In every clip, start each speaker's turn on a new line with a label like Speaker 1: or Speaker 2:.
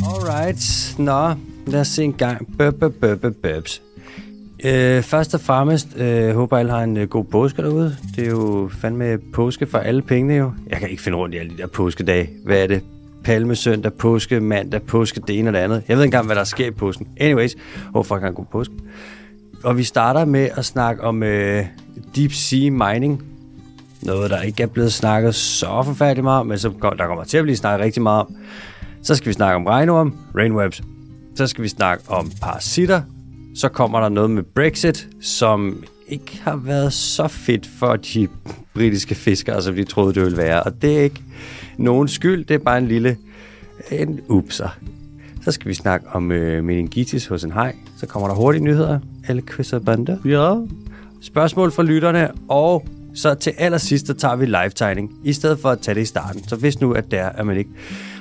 Speaker 1: Alright. Nå, lad os se en gang. Bøb, bøb, bøb, bøb, bøbs. Øh, først og fremmest øh, håber alle har en øh, god påske derude. Det er jo fandme påske for alle pengene jo. Jeg kan ikke finde rundt i alle de der påskedage. Hvad er det? Palmesøndag, påske, mandag, påske, det ene og det andet. Jeg ved ikke engang, hvad der sker i påsken. Anyways, hvorfor kan en god påske? Og vi starter med at snakke om øh, deep sea mining. Noget, der ikke er blevet snakket så forfærdeligt meget om, men som kom- der kommer til at blive snakket rigtig meget om. Så skal vi snakke om regnorm, rainwebs. Så skal vi snakke om parasitter. Så kommer der noget med Brexit, som ikke har været så fedt for de britiske fiskere, som de troede, det ville være. Og det er ikke nogen skyld, det er bare en lille en upser. Så skal vi snakke om øh, meningitis hos en haj. Så kommer der hurtige nyheder. Alle kysser bande.
Speaker 2: Ja.
Speaker 1: Spørgsmål fra lytterne, og så til allersidst, der tager vi live-tegning, i stedet for at tage det i starten. Så hvis nu at det er, at man ikke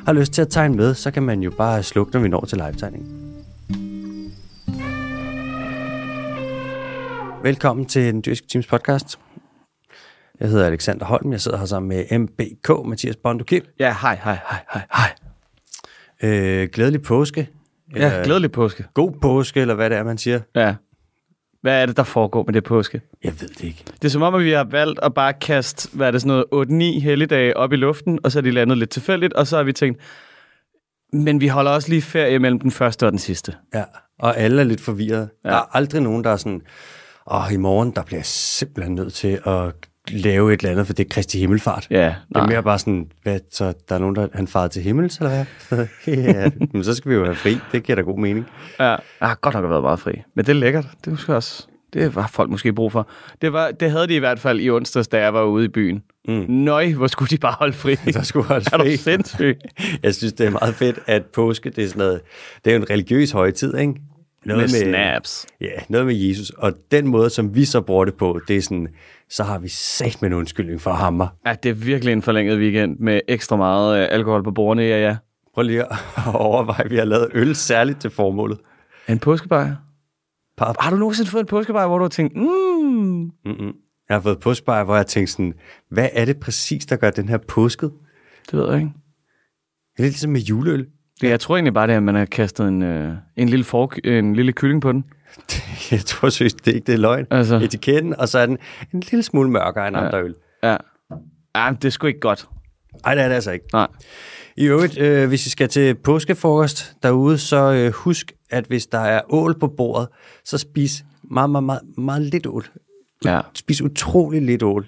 Speaker 1: har lyst til at tegne med, så kan man jo bare slukke, når vi når til live-tegning. Velkommen til Den Dyrske Teams podcast. Jeg hedder Alexander Holm, jeg sidder her sammen med MBK, Mathias Bondo Kim.
Speaker 2: Ja, hej, hej, hej, hej, hej.
Speaker 1: Øh, glædelig påske.
Speaker 2: Ja,
Speaker 1: Øh,
Speaker 2: glædelig påske.
Speaker 1: God påske, eller hvad det er, man siger.
Speaker 2: Ja. Hvad er det, der foregår med det påske?
Speaker 1: Jeg ved det ikke.
Speaker 2: Det er som om, at vi har valgt at bare kaste, hvad er det, sådan noget 8-9 helligdage op i luften, og så er de landet lidt tilfældigt, og så har vi tænkt, men vi holder også lige ferie mellem den første og den sidste.
Speaker 1: Ja, og alle er lidt forvirrede. Ja.
Speaker 2: Ja.
Speaker 1: Der er aldrig nogen, der er sådan, åh, i morgen, der bliver jeg simpelthen nødt til at lave et eller andet, for det er Kristi Himmelfart. Ja.
Speaker 2: Ja,
Speaker 1: Det er
Speaker 2: nej.
Speaker 1: mere bare sådan, hvad, så der er nogen, der han farer til himmels, eller hvad? ja, men så skal vi jo have fri. Det giver da god mening.
Speaker 2: Ja. Jeg har godt nok været meget fri. Men det er lækkert. Det er måske også... Det var folk måske brug for. Det, var, det havde de i hvert fald i onsdags, da jeg var ude i byen. Mm. Nøj, hvor skulle de bare holde fri.
Speaker 1: Der skulle holdes
Speaker 2: er du
Speaker 1: fri.
Speaker 2: sindssyg?
Speaker 1: Jeg synes, det er meget fedt, at påske, det er sådan noget, det er jo en religiøs højtid, ikke?
Speaker 2: Med snaps.
Speaker 1: Ja, noget med Jesus. Og den måde, som vi så bruger det på, det er sådan, så har vi sagt med en undskyldning for hammer.
Speaker 2: Ja, det er virkelig en forlænget weekend med ekstra meget øh, alkohol på bordene, ja, ja.
Speaker 1: Prøv lige at overveje, vi har lavet øl særligt til formålet.
Speaker 2: En påskebajer?
Speaker 1: Pap.
Speaker 2: Har du nogensinde fået en påskebajer, hvor du har tænkt, mm,
Speaker 1: Jeg har fået påskebajer, hvor jeg tænkte sådan, hvad er det præcis, der gør den her påsket?
Speaker 2: det ved jeg ikke.
Speaker 1: Det er lidt ligesom med juleøl.
Speaker 2: Det, jeg tror egentlig bare, det er, at man har kastet en, øh, en, lille fork, en lille kylling på den.
Speaker 1: Jeg tror seriøst, det er ikke det er løgn. Altså.
Speaker 2: Altså.
Speaker 1: Etiketten, og så er den en lille smule mørkere end andre øl.
Speaker 2: Ja. Ja, men det er sgu ikke godt.
Speaker 1: Nej, det er det altså ikke.
Speaker 2: Nej.
Speaker 1: I øvrigt, øh, hvis I skal til påskefrokost derude, så øh, husk, at hvis der er ål på bordet, så spis meget, meget, meget, meget lidt ål.
Speaker 2: Ja.
Speaker 1: spis utrolig lidt ål.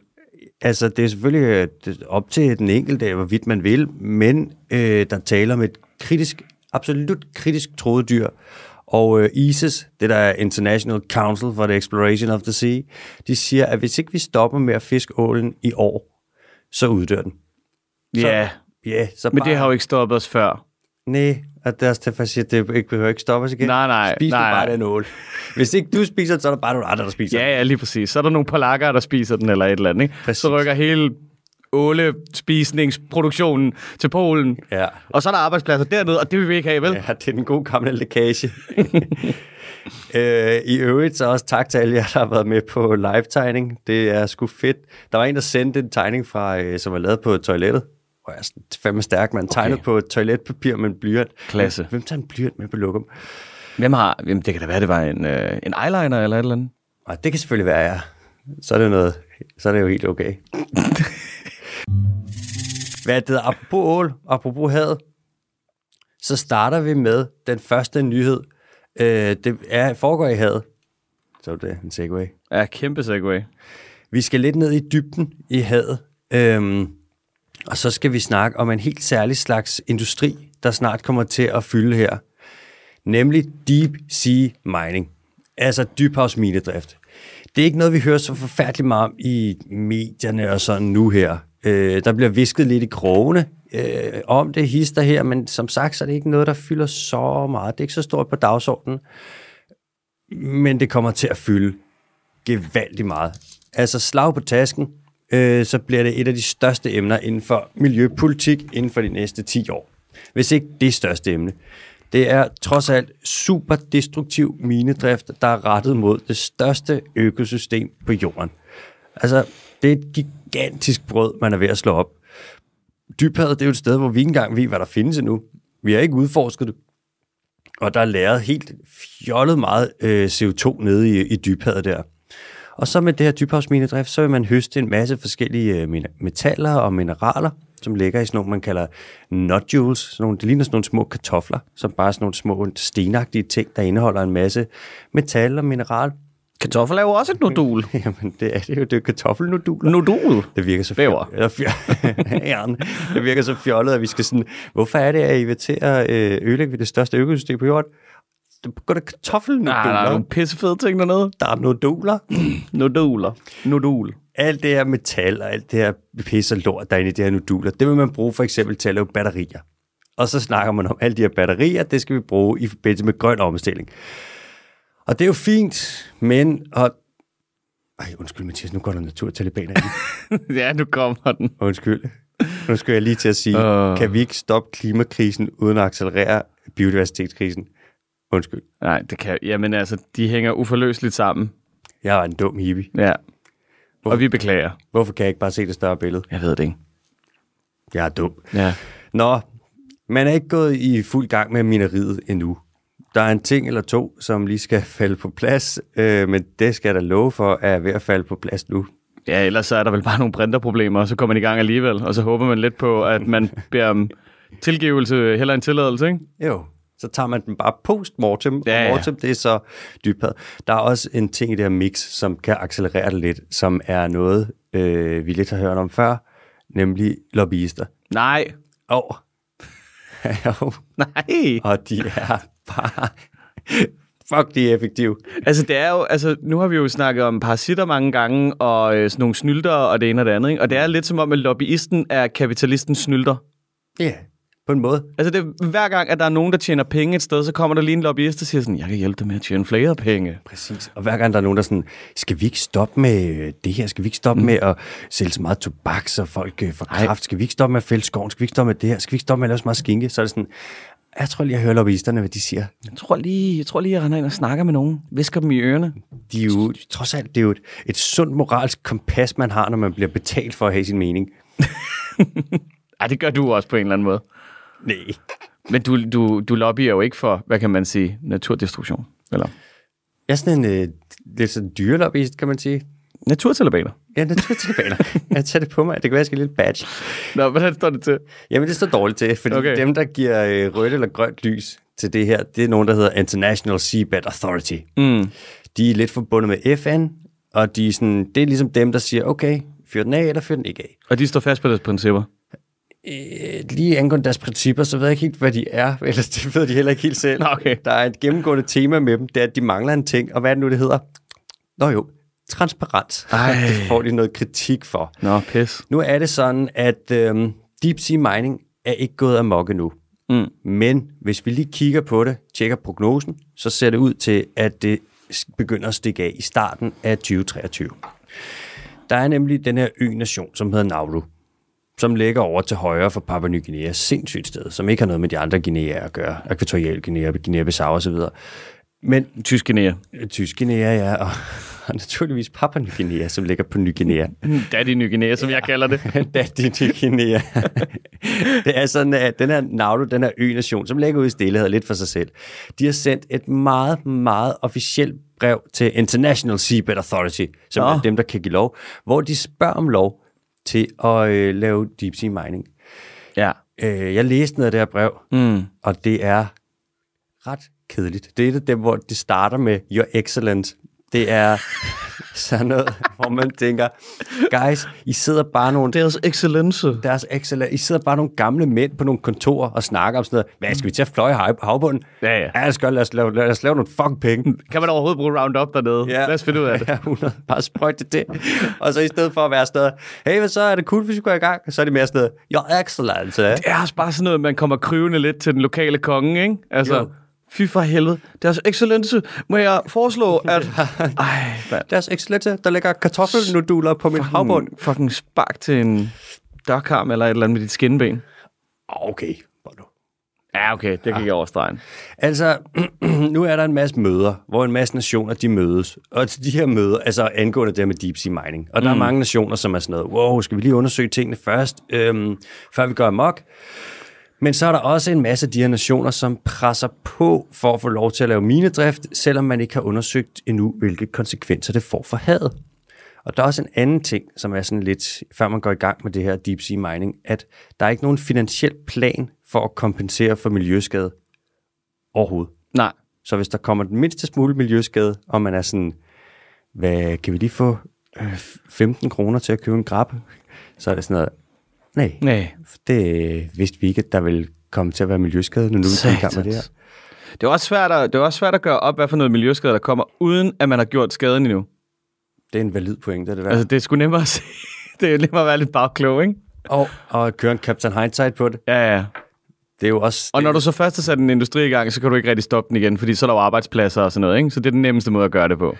Speaker 1: Altså, det er selvfølgelig øh, det- op til den enkelte, hvorvidt man vil, men øh, der taler om et kritisk, absolut kritisk troet dyr. Og øh, ISIS, det der er International Council for the Exploration of the Sea, de siger, at hvis ikke vi stopper med at fiske ålen i år, så uddør den. Så-
Speaker 2: Ja,
Speaker 1: Ja, yeah, så
Speaker 2: men
Speaker 1: bare...
Speaker 2: det har jo ikke stoppet os før.
Speaker 1: Nej, og deres derfor siger, at det ikke behøver ikke stoppe os igen.
Speaker 2: Nej, nej,
Speaker 1: Spis
Speaker 2: nej,
Speaker 1: du bare
Speaker 2: nej.
Speaker 1: den ål. Hvis ikke du spiser den, så er der bare nogle andre, der spiser den.
Speaker 2: Ja, ja, lige præcis. Så er der nogle polakker, der spiser den eller et eller andet. Ikke?
Speaker 1: Præcis.
Speaker 2: Så rykker hele ålespisningsproduktionen til Polen.
Speaker 1: Ja.
Speaker 2: Og så er der arbejdspladser dernede, og det vil vi ikke have, vel?
Speaker 1: Ja, det er den gode gamle lækage. øh, I øvrigt så også tak til alle jer, der har været med på live-tegning. Det er sgu fedt. Der var en, der sendte en tegning, fra, øh, som var lavet på toilettet. Og jeg er sådan, fandme stærk, man tegnede på toiletpapir med en blyant.
Speaker 2: Klasse.
Speaker 1: Hvem tager en blyant med på lokum?
Speaker 2: Hvem har... Jamen, det kan da være, det var en, øh, en eyeliner eller et eller andet.
Speaker 1: Og det kan selvfølgelig være jer. Så er det, noget, så er det jo helt okay. Hvad er det? Apropos ål, apropos had, så starter vi med den første nyhed. Øh, det er, foregår i havet. Så er det en segway.
Speaker 2: Ja, kæmpe segway.
Speaker 1: Vi skal lidt ned i dybden i havet. Øhm, og så skal vi snakke om en helt særlig slags industri, der snart kommer til at fylde her. Nemlig deep sea mining. Altså dybhavsminedrift. Det er ikke noget, vi hører så forfærdeligt meget om i medierne og sådan nu her. Øh, der bliver visket lidt i krogene øh, om det hister her, men som sagt, så er det ikke noget, der fylder så meget. Det er ikke så stort på dagsordenen. Men det kommer til at fylde gevaldigt meget. Altså slag på tasken, øh, så bliver det et af de største emner inden for miljøpolitik inden for de næste 10 år. Hvis ikke det største emne. Det er trods alt super destruktiv minedrift, der er rettet mod det største økosystem på jorden. Altså, det er et gigantisk brød, man er ved at slå op. Dybhavet, det er jo et sted, hvor vi ikke engang ved, hvad der findes endnu. Vi har ikke udforsket det. Og der er lagret helt fjollet meget øh, CO2 nede i, i dybhavet der. Og så med det her dybhavsminedrift, så vil man høste en masse forskellige øh, min- metaller og mineraler, som ligger i sådan nogle, man kalder nodules. Sådan nogle, det ligner sådan nogle små kartofler, som bare er sådan nogle små stenagtige ting, der indeholder en masse metal og mineral.
Speaker 2: Kartoffel er jo også et nodul.
Speaker 1: Jamen, det er det er jo. Det er kartoffelnoduler.
Speaker 2: Nodul?
Speaker 1: Det virker så
Speaker 2: Bæver.
Speaker 1: fjollet. Eller fjo- Jern. det virker så fjollet, at vi skal sådan... Hvorfor er det, at I vil til at øh, ødelægge ved det største økosystem på jorden? Det går da kartoffelnoduler.
Speaker 2: Nej, Ah, der er nogle pissefede ting dernede.
Speaker 1: der er noduler.
Speaker 2: Noduler. Nodul.
Speaker 1: Alt det her metal og alt det her pis og lort, der er inde i de her noduler, det vil man bruge for eksempel til at lave batterier. Og så snakker man om alle de her batterier, det skal vi bruge i forbindelse med grøn omstilling. Og det er jo fint, men... Og... Ej, undskyld Mathias, nu går der naturtalibaner ind.
Speaker 2: ja, nu kommer den.
Speaker 1: Undskyld. Nu skal jeg lige til at sige,
Speaker 2: Øh.
Speaker 1: uh. kan vi ikke stoppe klimakrisen uden at accelerere biodiversitetskrisen? Undskyld.
Speaker 2: Nej, det kan... Jamen altså, de hænger uforløseligt sammen.
Speaker 1: Jeg er en dum hippie.
Speaker 2: Ja. Og vi beklager.
Speaker 1: Hvorfor kan jeg ikke bare se det større billede?
Speaker 2: Jeg ved det ikke.
Speaker 1: Jeg er dum.
Speaker 2: Ja.
Speaker 1: Nå, man er ikke gået i fuld gang med mineriet endnu. Der er en ting eller to, som lige skal falde på plads, øh, men det skal jeg da love for, er ved at falde på plads nu.
Speaker 2: Ja, ellers så er der vel bare nogle printerproblemer, og så kommer man i gang alligevel, og så håber man lidt på, at man beder om tilgivelse, heller en tilladelse, ikke?
Speaker 1: Jo, så tager man den bare post-mortem,
Speaker 2: Ja,
Speaker 1: ja,
Speaker 2: ja.
Speaker 1: og mortem, det er så dybhed. Der er også en ting i det her mix, som kan accelerere det lidt, som er noget, øh, vi lidt har hørt om før, nemlig lobbyister.
Speaker 2: Nej.
Speaker 1: Og, og,
Speaker 2: Nej.
Speaker 1: og de er bare... Fuck, de er effektive.
Speaker 2: Altså, det er jo, altså, nu har vi jo snakket om parasitter mange gange, og øh, sådan nogle snylder og det ene og det andet, ikke? Og det er lidt som om, at lobbyisten er kapitalistens snylder.
Speaker 1: Ja, yeah. på en måde.
Speaker 2: Altså, det, er- hver gang, at der er nogen, der tjener penge et sted, så kommer der lige en lobbyist, der siger sådan, jeg kan hjælpe dig med at tjene flere penge.
Speaker 1: Præcis. Og hver gang der er nogen, der er sådan, skal vi ikke stoppe med øh, det her? Skal vi ikke stoppe mm. med at sælge så meget tobak, så folk øh, får
Speaker 2: Nej.
Speaker 1: kraft? Skal vi ikke stoppe med at fælde skoven? Skal vi ikke stoppe med det her? Skal vi ikke stoppe med at lave så meget skinke? Så er det sådan, jeg tror lige, jeg hører lobbyisterne, hvad de siger.
Speaker 2: Jeg tror lige, jeg, tror lige, jeg render ind og snakker med nogen. Visker dem i ørerne.
Speaker 1: De er jo, trods alt, det er jo et, et sundt moralsk kompas, man har, når man bliver betalt for at have sin mening.
Speaker 2: Ej, det gør du også på en eller anden måde.
Speaker 1: Nej.
Speaker 2: Men du, du, du lobbyer jo ikke for, hvad kan man sige, naturdestruktion. Eller
Speaker 1: Jeg er sådan en øh, lidt sådan dyrelobbyist, kan man sige.
Speaker 2: naturtalibaner.
Speaker 1: Ja, naturtalibaner. jeg tager det på mig. Det kan være, jeg skal have lidt badge.
Speaker 2: Nå, hvordan står det til?
Speaker 1: Jamen, det står dårligt til, fordi
Speaker 2: Okay.
Speaker 1: okay. dem, der giver øh, rødt eller grønt lys til det her, det er nogen, der hedder International Seabed Authority. Mm. De er lidt forbundet med FN, og de er sådan, det er ligesom dem, der siger, okay, fyr den af, eller fyr den ikke af.
Speaker 2: Og de står fast på deres principper.
Speaker 1: Øh, lige angående deres principper, så ved jeg ikke helt, hvad de er, ellers det ved de heller ikke helt selv.
Speaker 2: Nå, okay.
Speaker 1: Der er et gennemgående tema med dem, det er, at de mangler en ting, og hvad er det nu, det hedder? Nå jo, transparens.
Speaker 2: Ej.
Speaker 1: Det får de noget kritik for.
Speaker 2: Nå, pis.
Speaker 1: Nu er det sådan, at øh, deep sea mining er ikke gået amok endnu.
Speaker 2: Mm.
Speaker 1: Men hvis vi lige kigger på det, tjekker prognosen, så ser det ud til, at det s- begynder at stikke af i starten af 2023. Der er nemlig den her ø-nation, som hedder Nauru, som ligger over til højre for Papua Ny Guinea, sindssygt sted, som ikke har noget med de andre Guineaer at gøre, Ækvatorial Guinea, Guinea-Bissau osv. Men øh,
Speaker 2: Tysk Guinea.
Speaker 1: Tysk Guinea, ja, og, og naturligvis Papua Ny Guinea, som ligger på Ny Guinea.
Speaker 2: Daddy Ny Guinea, som jeg kalder det.
Speaker 1: Daddy Guinea. det er sådan, at den her Nauru, den her ø-nation, som ligger ude i stillehed lidt for sig selv, de har sendt et meget, meget officielt brev til International Seabed Authority, som
Speaker 2: Nå.
Speaker 1: Nå. er dem, der kan give lov, hvor de spørger om lov til at øh, lave deep sea mining.
Speaker 2: Ja.
Speaker 1: Øh, jeg læste noget af det her brev,
Speaker 2: Mm.
Speaker 1: og det er ret kedeligt. Det er et af dem, hvor det starter med Your Excellence. Det er sådan noget, hvor man tænker, guys, I sidder bare nogle
Speaker 2: Deres excellence.
Speaker 1: deres Excel, I sidder bare nogle gamle mænd på nogle kontorer og snakker om sådan noget. Hvad, skal vi til at fløje hav- havbunden?
Speaker 2: Ja, ja.
Speaker 1: Ja, lad os, gøre, lad os, lave, lad os lave nogle fucking penge.
Speaker 2: Kan man overhovedet bruge Roundup dernede?
Speaker 1: Ja.
Speaker 2: Lad os finde ud af det.
Speaker 1: Ja, 100. Bare sprøjt det til. Og så i stedet for at være sådan noget, hey, hvad så, er det cool, hvis vi går i gang? Så er det mere sådan noget, your excellence. eh?"
Speaker 2: Det er også bare sådan noget, man kommer kryvende lidt til den lokale konge, ikke? Altså,
Speaker 1: Jo.
Speaker 2: fy for helvede. Deres excellence, må jeg foreslå, at... Ej, mand.
Speaker 1: Deres excellence, der ligger kartoffelnoduler på min havbund.
Speaker 2: Fucking, fucking spark til en dørkarm eller et eller andet med dit skinben.
Speaker 1: Ah, Okay, hvor nu.
Speaker 2: Ja, okay, det gik jeg over stregen.
Speaker 1: Altså, nu er der en masse møder, hvor en masse nationer, de mødes. Og til de her møder, altså angående det her med deep sea mining. Og der er mange nationer, som er sådan noget, wow, skal vi lige undersøge tingene først, øhm, før vi går amok? Men så er der også en masse af de her nationer, som presser på for at få lov til at lave minedrift, selvom man ikke har undersøgt endnu, hvilke konsekvenser det får for havet. Og der er også en anden ting, som er sådan lidt, før man går i gang med det her deep sea mining, at der er ikke nogen finansiel plan for at kompensere for miljøskade overhovedet.
Speaker 2: Nej.
Speaker 1: Så hvis der kommer den mindste smule miljøskade, og man er sådan, hvad kan vi lige få øh, 15 kroner til at købe en grab? Så er det sådan noget, nej,
Speaker 2: Nej.
Speaker 1: det øh, vidste vi ikke, at der ville komme til at være miljøskade, når nu vi kom i gang med det her.
Speaker 2: Satans. Det er, også svært at, det er også svært at gøre op, hvad for noget miljøskade, der kommer, uden at man har gjort skaden endnu.
Speaker 1: Det er en valid pointe, det der.
Speaker 2: Altså, det er sgu nemmere at se. det er nemmere at være lidt bagklog, ikke?
Speaker 1: Og, og at køre en Captain Hindsight på det,
Speaker 2: Ja, ja.
Speaker 1: det er jo også...
Speaker 2: Og når du så først har sat en industri i gang, så kan du ikke rigtig stoppe den igen, fordi så er der jo arbejdspladser og sådan noget, ikke? Så det er den nemmeste måde at gøre det på.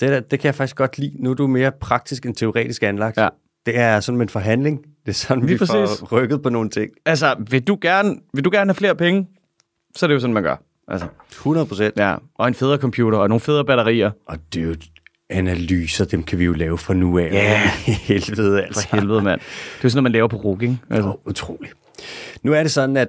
Speaker 1: Det, der, det kan jeg faktisk godt lide. Nu er du mere praktisk end teoretisk anlagt.
Speaker 2: Ja.
Speaker 1: Det er sådan en forhandling. Det er sådan,
Speaker 2: Lige
Speaker 1: vi præcis.
Speaker 2: præcis.
Speaker 1: får rykket på nogle ting.
Speaker 2: Altså, vil du gerne, vil du gerne have flere penge, så er det jo sådan, man gør. Altså,
Speaker 1: 100 procent.
Speaker 2: ja. Og en federe computer, og nogle federe batterier.
Speaker 1: Og det er jo analyser, dem kan vi jo lave fra nu af.
Speaker 2: Ja.
Speaker 1: Helvede, altså.
Speaker 2: For helvede, mand. Det er jo sådan, noget, man laver på RUG, ikke? Altså,
Speaker 1: Åh, utroligt. Nu er det sådan, at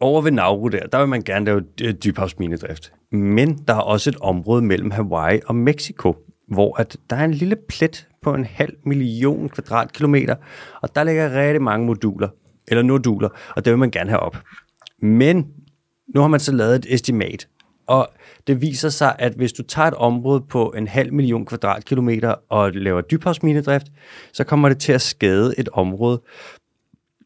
Speaker 1: over ved Nauru der, der vil man gerne lave øh, dybhavsminedrift. Men der er også et område mellem Hawaii og Mexico, hvor at der er en lille plet på en halv million kvadratkilometer, og der ligger rigtig mange moduler, eller noduler, og det vil man gerne have op. Men nu har man så lavet et estimat, og det viser sig, at hvis du tager et område på en halv million kvadratkilometer og laver dybhavsminedrift, så kommer det til at skade et område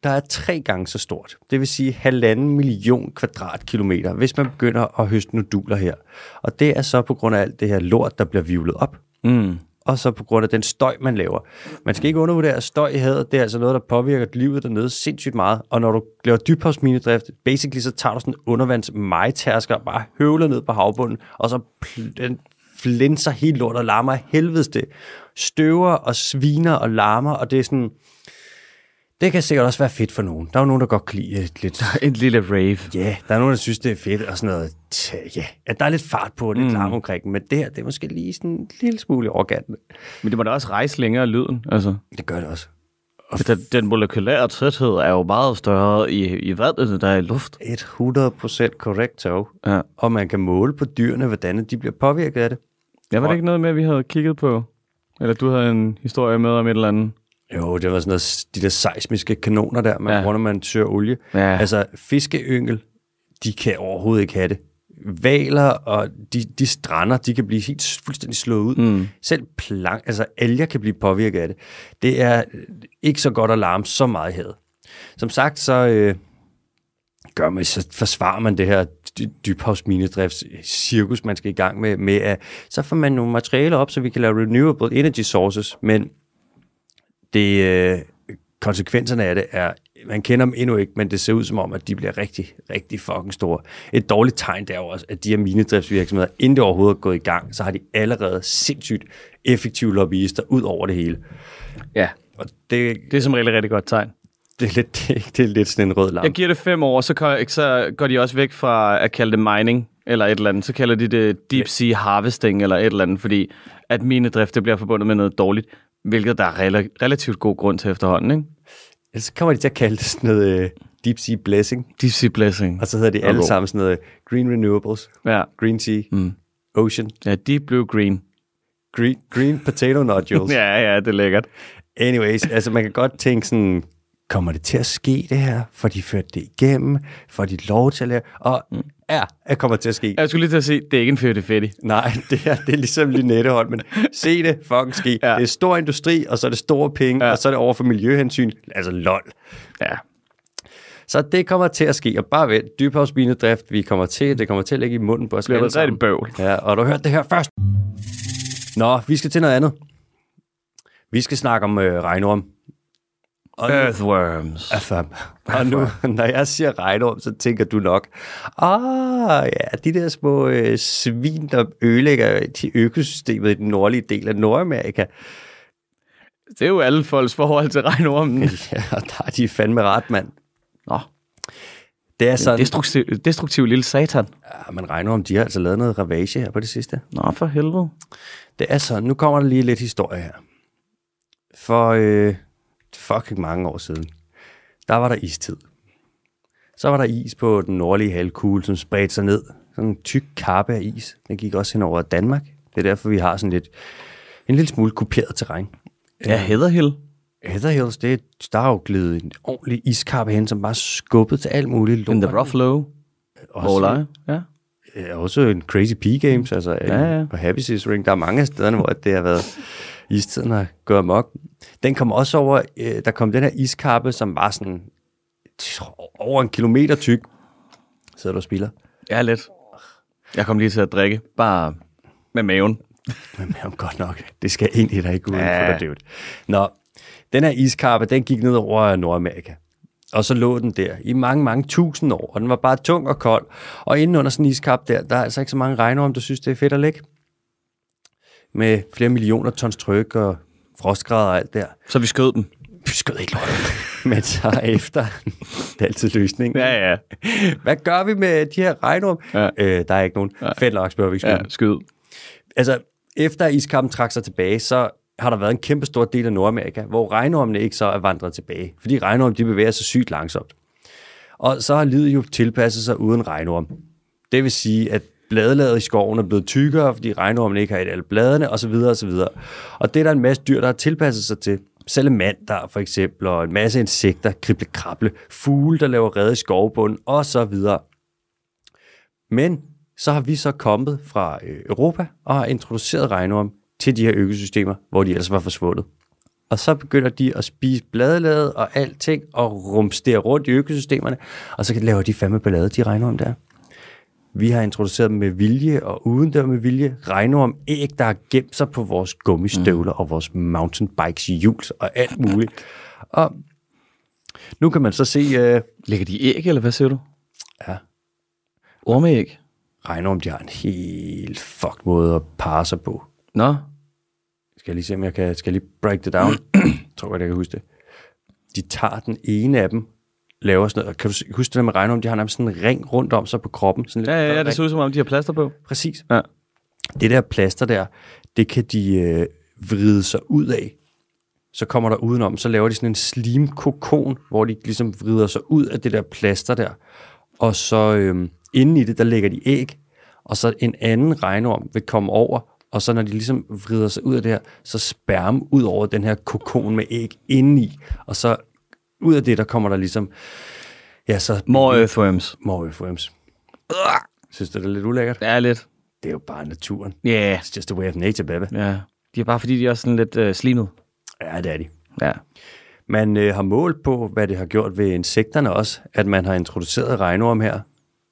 Speaker 1: der er tre gange så stort. Det vil sige halvanden million kvadratkilometer, hvis man begynder at høste noduler her. Og det er så på grund af alt det her lort, der bliver vivlet op. Mm. Og så på grund af den støj, man laver. Man skal ikke undervurdere, at støj i havet, det er altså noget, der påvirker livet dernede sindssygt meget. Og når du laver dybhavsminedrift, basically så tager du sådan en undervands majtærsker og bare høvler ned på havbunden, og så pl- den flænser helt lort og larmer af helvedes det. Støver og sviner og larmer, og det er sådan, det kan sikkert også være fedt for nogen. Der er jo nogen, der godt kan lide et lidt...
Speaker 2: en lille rave.
Speaker 1: Ja, yeah, der er nogen, der synes, det er fedt og sådan noget. Tja, Ja, yeah. at der er lidt fart på, lidt mm. larm omkring, men det her, det er måske lige sådan en lille smule overgatten.
Speaker 2: Men det må da også rejse længere lyden, altså.
Speaker 1: Det gør det også.
Speaker 2: Den, den molekylære tæthed er jo meget større i, i vandet, end der er i luft.
Speaker 1: 100% korrekt tog.
Speaker 2: Ja.
Speaker 1: Og man kan måle på dyrene, hvordan de bliver påvirket af det.
Speaker 2: Ja, var det ikke noget med, at vi havde kigget på? Eller du havde en historie med om et eller andet?
Speaker 1: Jo, det var sådan noget, de der seismiske kanoner der, man
Speaker 2: Ja.
Speaker 1: ja. bruger, når man søger olie.
Speaker 2: Ja.
Speaker 1: Altså, fiskeyngel, de kan overhovedet ikke have det. Valer og de, de strander, de kan blive helt s- fuldstændig slået ud. Mm. Selv plank, altså alger kan blive påvirket af det. Det er øh, ikke så godt at larme så meget i havet. Som sagt, så, øh, gør man, så forsvarer man det her dy- dybhavsminedrifts øh, cirkus, man skal i gang med, med at, så får man nogle materialer op, så vi kan lave renewable energy sources, men det, øh, konsekvenserne af det er, man kender dem endnu ikke, men det ser ud som om, at de bliver rigtig, rigtig fucking store. Et dårligt tegn det er jo også, at de her minedriftsvirksomheder, inden det overhovedet er gået i gang, så har de allerede sindssygt effektive lobbyister ud over det hele.
Speaker 2: Ja.
Speaker 1: Og det,
Speaker 2: Det er som regel et rigtig godt tegn.
Speaker 1: det, er, lidt, det er lidt sådan en rød lampe.
Speaker 2: Jeg giver det fem år, så, kan, så går de også væk fra at kalde det mining eller et eller andet. Så kalder de det deep sea harvesting eller et eller andet, fordi at minedrift det bliver forbundet med noget dårligt, hvilket der er rela- relativt god grund til efterhånden. Ikke?
Speaker 1: Ellers så kommer de til at kalde det sådan noget øh, deep sea blessing,
Speaker 2: Deep sea blessing.
Speaker 1: og så hedder de alle
Speaker 2: god.
Speaker 1: sammen sådan noget øh, green renewables,
Speaker 2: Ja.
Speaker 1: green tea, mm. ocean,
Speaker 2: ja, deep blue green.
Speaker 1: green, green potato nodules. yeah.
Speaker 2: Ja, ja, det er lækkert.
Speaker 1: Anyways, altså man kan godt tænke sådan, kommer det til at ske det her? Får de ført det igennem? Får de lov til at lave? Og mm. ja, det kommer til at ske.
Speaker 2: Jeg skulle lige til at sige, det er ikke en fedt fedt.
Speaker 1: Nej, det her, det er ligesom Lynetteholm, men se det fucking ske.
Speaker 2: Ja.
Speaker 1: Ja. Det er stor industri, og så er det store penge, ja. og så er det over for miljøhensyn. Altså lol.
Speaker 2: Ja.
Speaker 1: Så det kommer til at ske, og bare vent. Dybhavsminedrift, vi kommer til, det kommer til at ligge i munden på os
Speaker 2: Bliver
Speaker 1: alle
Speaker 2: det rigtig
Speaker 1: sammen.
Speaker 2: bøvl.
Speaker 1: Ja, og du har hørt det her først. Nå, vi skal til noget andet. Vi skal snakke om øh, regnorm. Og
Speaker 2: Øh.
Speaker 1: nu,
Speaker 2: Earthworms.
Speaker 1: Affam. Altså, og nu, når jeg siger regnorm, så tænker du nok, ah ja, de der små øh, svin, der ødelægger til økosystemet i den nordlige del af Nordamerika.
Speaker 2: Det er jo alle folks forhold til regnormen.
Speaker 1: Ja, og der er de fandme ret, mand.
Speaker 2: Nå,
Speaker 1: Det er sådan,
Speaker 2: destruktiv, destruktiv lille satan.
Speaker 1: ja, man regner om, de har altså lavet noget ravage her på det sidste.
Speaker 2: Nå, for helvede.
Speaker 1: Det er sådan, nu kommer der lige lidt historie her. For øh, fucking mange år siden, der var der istid. Så var der is på den nordlige halvkugle, som spredte sig ned. Sådan en tyk kappe af is. Den gik også hen over Danmark. Det er derfor, vi har sådan lidt, en lille smule kuperet terræn.
Speaker 2: Ja, Heatherhill.
Speaker 1: Heather Hills, det er, der er jo glidet en ordentlig iskappe hen, som bare skubbet til alt muligt lort.
Speaker 2: In the rough low. Borleje. Ja.
Speaker 1: øh, også en Crazy P Games, altså ja,
Speaker 2: Mm. Ja,
Speaker 1: ja.
Speaker 2: ja.
Speaker 1: på Happy Seas Ring. Der er mange af stederne, hvor det har været istiden har gået amok. Den kom også over, øh, der kom den her iskappe, som var sådan over en kilometer tyk. Sidder du og spiller?
Speaker 2: Ja, lidt. Jeg kom lige til at drikke, bare med maven.
Speaker 1: Men jamen, godt nok, det skal ind i dig, ikke uden ja.
Speaker 2: Ja.
Speaker 1: for dig, dude. Nå, den her iskappe, den gik ned over Nordamerika. Og så lå den der i mange, mange tusind år, og den var bare tung og kold. Og inden under sådan en iskap der, der er altså ikke så mange regnorm, du synes, det er fedt at lægge. Med flere millioner tons tryk og frostgrader og alt der.
Speaker 2: Så vi skød dem.
Speaker 1: Vi skød ikke lort. Men så efter, det er altid løsningen.
Speaker 2: Ja, ja.
Speaker 1: Hvad gør vi med de her regnorm?
Speaker 2: Ja.
Speaker 1: Øh, der er ikke nogen. Ja. Fedt nok, spørger vi ikke skyde
Speaker 2: Ja, skyd.
Speaker 1: Altså, øh, øh,
Speaker 2: Lægger de æg, eller hvad siger du?
Speaker 1: Ja.
Speaker 2: Ormeæg?
Speaker 1: regnorm, de har en helt fucked måde at parre sig på.
Speaker 2: Nå,
Speaker 1: Skal jeg lige se, om jeg kan skal jeg lige break det down? tror godt, jeg kan huske det. De tager den ene af dem, laver sådan noget. Kan du se- huske det der med regnorm? De har nærmest sådan en ring rundt om sig på kroppen. Sådan lidt
Speaker 2: Ja, ja, ja,
Speaker 1: ring.
Speaker 2: det ser ud som om, de har plaster på.
Speaker 1: Præcis.
Speaker 2: Ja.
Speaker 1: Det der plaster der, det kan de øh, vride sig ud af. Så kommer der udenom, så laver de sådan en slimkokon, hvor de ligesom vrider sig ud af det der plaster der. Og så øh, inde i det, der lægger de æg, og så en anden regnorm vil komme over, og så når de ligesom vrider sig ud af det her, så sperm ud over den her kokon med æg indeni, og så ud af det, der kommer der ligesom, ja, så
Speaker 2: More earthworms.
Speaker 1: more worms. Synes du, det er lidt ulækkert?
Speaker 2: Det er lidt.
Speaker 1: Det er jo bare naturen.
Speaker 2: Ja. Yeah.
Speaker 1: It's just a way of nature, baby.
Speaker 2: Ja. De er bare fordi, de er også sådan lidt øh, slimet.
Speaker 1: Ja, det er de.
Speaker 2: Ja.
Speaker 1: Man øh, har målt på, hvad det har gjort ved insekterne også, at man har introduceret regnorm her.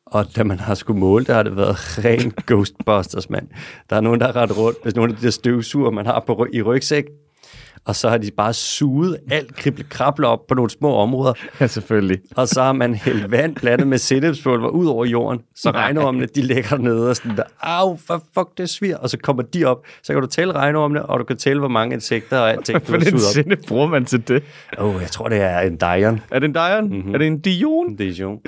Speaker 1: Og da man har skulle måle, der har det været ren ghostbusters, mand. Der er nogen, der har ret rundt, hvis nogen af de der støvsuger, man har på, ry- i rygsæk. Og så har de bare suget alt krible krabler op på nogle små områder.
Speaker 2: ja, selvfølgelig.
Speaker 1: Og så har man hældt vand blandet med sennepspulver ud over jorden. Så regnormene, de ligger nede og sådan der, au, for fuck, det svir. Og så kommer de op, så kan du tælle regnormene, og du kan tælle, hvor mange insekter og alting, du
Speaker 2: For
Speaker 1: har
Speaker 2: den
Speaker 1: suget op.
Speaker 2: sinde bruger man til det.
Speaker 1: Åh, oh, jeg tror, det er en Dion.
Speaker 2: Er det en Dion? Mm-hmm. Er det en Dion?
Speaker 1: Det er jo.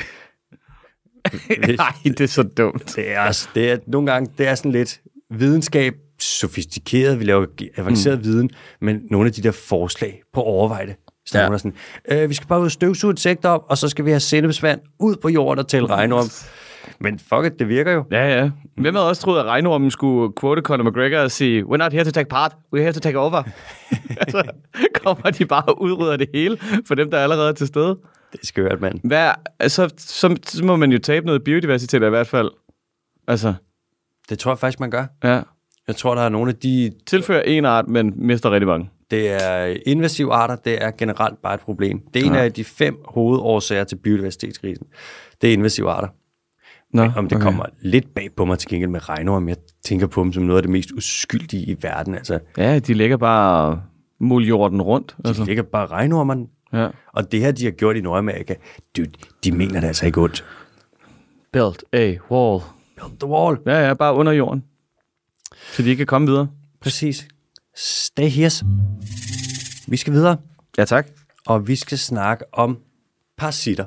Speaker 2: Nej, det er så dumt.
Speaker 1: Det er, også- det er nogle gange, det er sådan lidt videnskab, sofistikeret, vi laver avanceret mm. viden, men nogle af de der forslag på overvej det. Så ja.
Speaker 2: Ja.
Speaker 1: er sådan, øh, vi skal bare ud og støvsuge et sekt op, og så skal vi have sennepsvand ud på jorden og tælle regnorm. Men fuck it, det virker jo.
Speaker 2: Ja, ja. Hvem havde også troet, at regnormen skulle quote Conor McGregor og sige, we're not here to take part, we're here to take over. så kommer de bare og udrydder det hele for dem, der allerede er til stede.
Speaker 1: Det er skørt, mand.
Speaker 2: Hvad, altså, så, så må man jo tabe noget biodiversitet i hvert fald. Altså,
Speaker 1: Det tror jeg faktisk, man gør.
Speaker 2: ja.
Speaker 1: Jeg tror, der er nogle af de...
Speaker 2: Tilfører en art, men mister rigtig mange.
Speaker 1: Det er invasive arter, det er generelt bare et problem. Det er en af de fem hovedårsager til biodiversitetskrisen. Det er invasive arter.
Speaker 2: Nå,
Speaker 1: Om det okay. kommer lidt bag på mig til gengæld med regnorm. Jeg tænker på dem som noget af det mest uskyldige i verden. Altså,
Speaker 2: Ja, de ligger bare og muljorden rundt. Altså,
Speaker 1: de ligger bare regnormerne.
Speaker 2: Ja.
Speaker 1: Og det her, de har gjort i Nordamerika, dude, de mener det altså ikke ondt.
Speaker 2: Build a wall.
Speaker 1: Build the wall.
Speaker 2: Ja, ja, bare under jorden. Så de ikke kan komme videre.
Speaker 1: Præcis. Stay here. Vi skal videre,
Speaker 2: Ja, tak.
Speaker 1: og vi skal snakke om parasitter.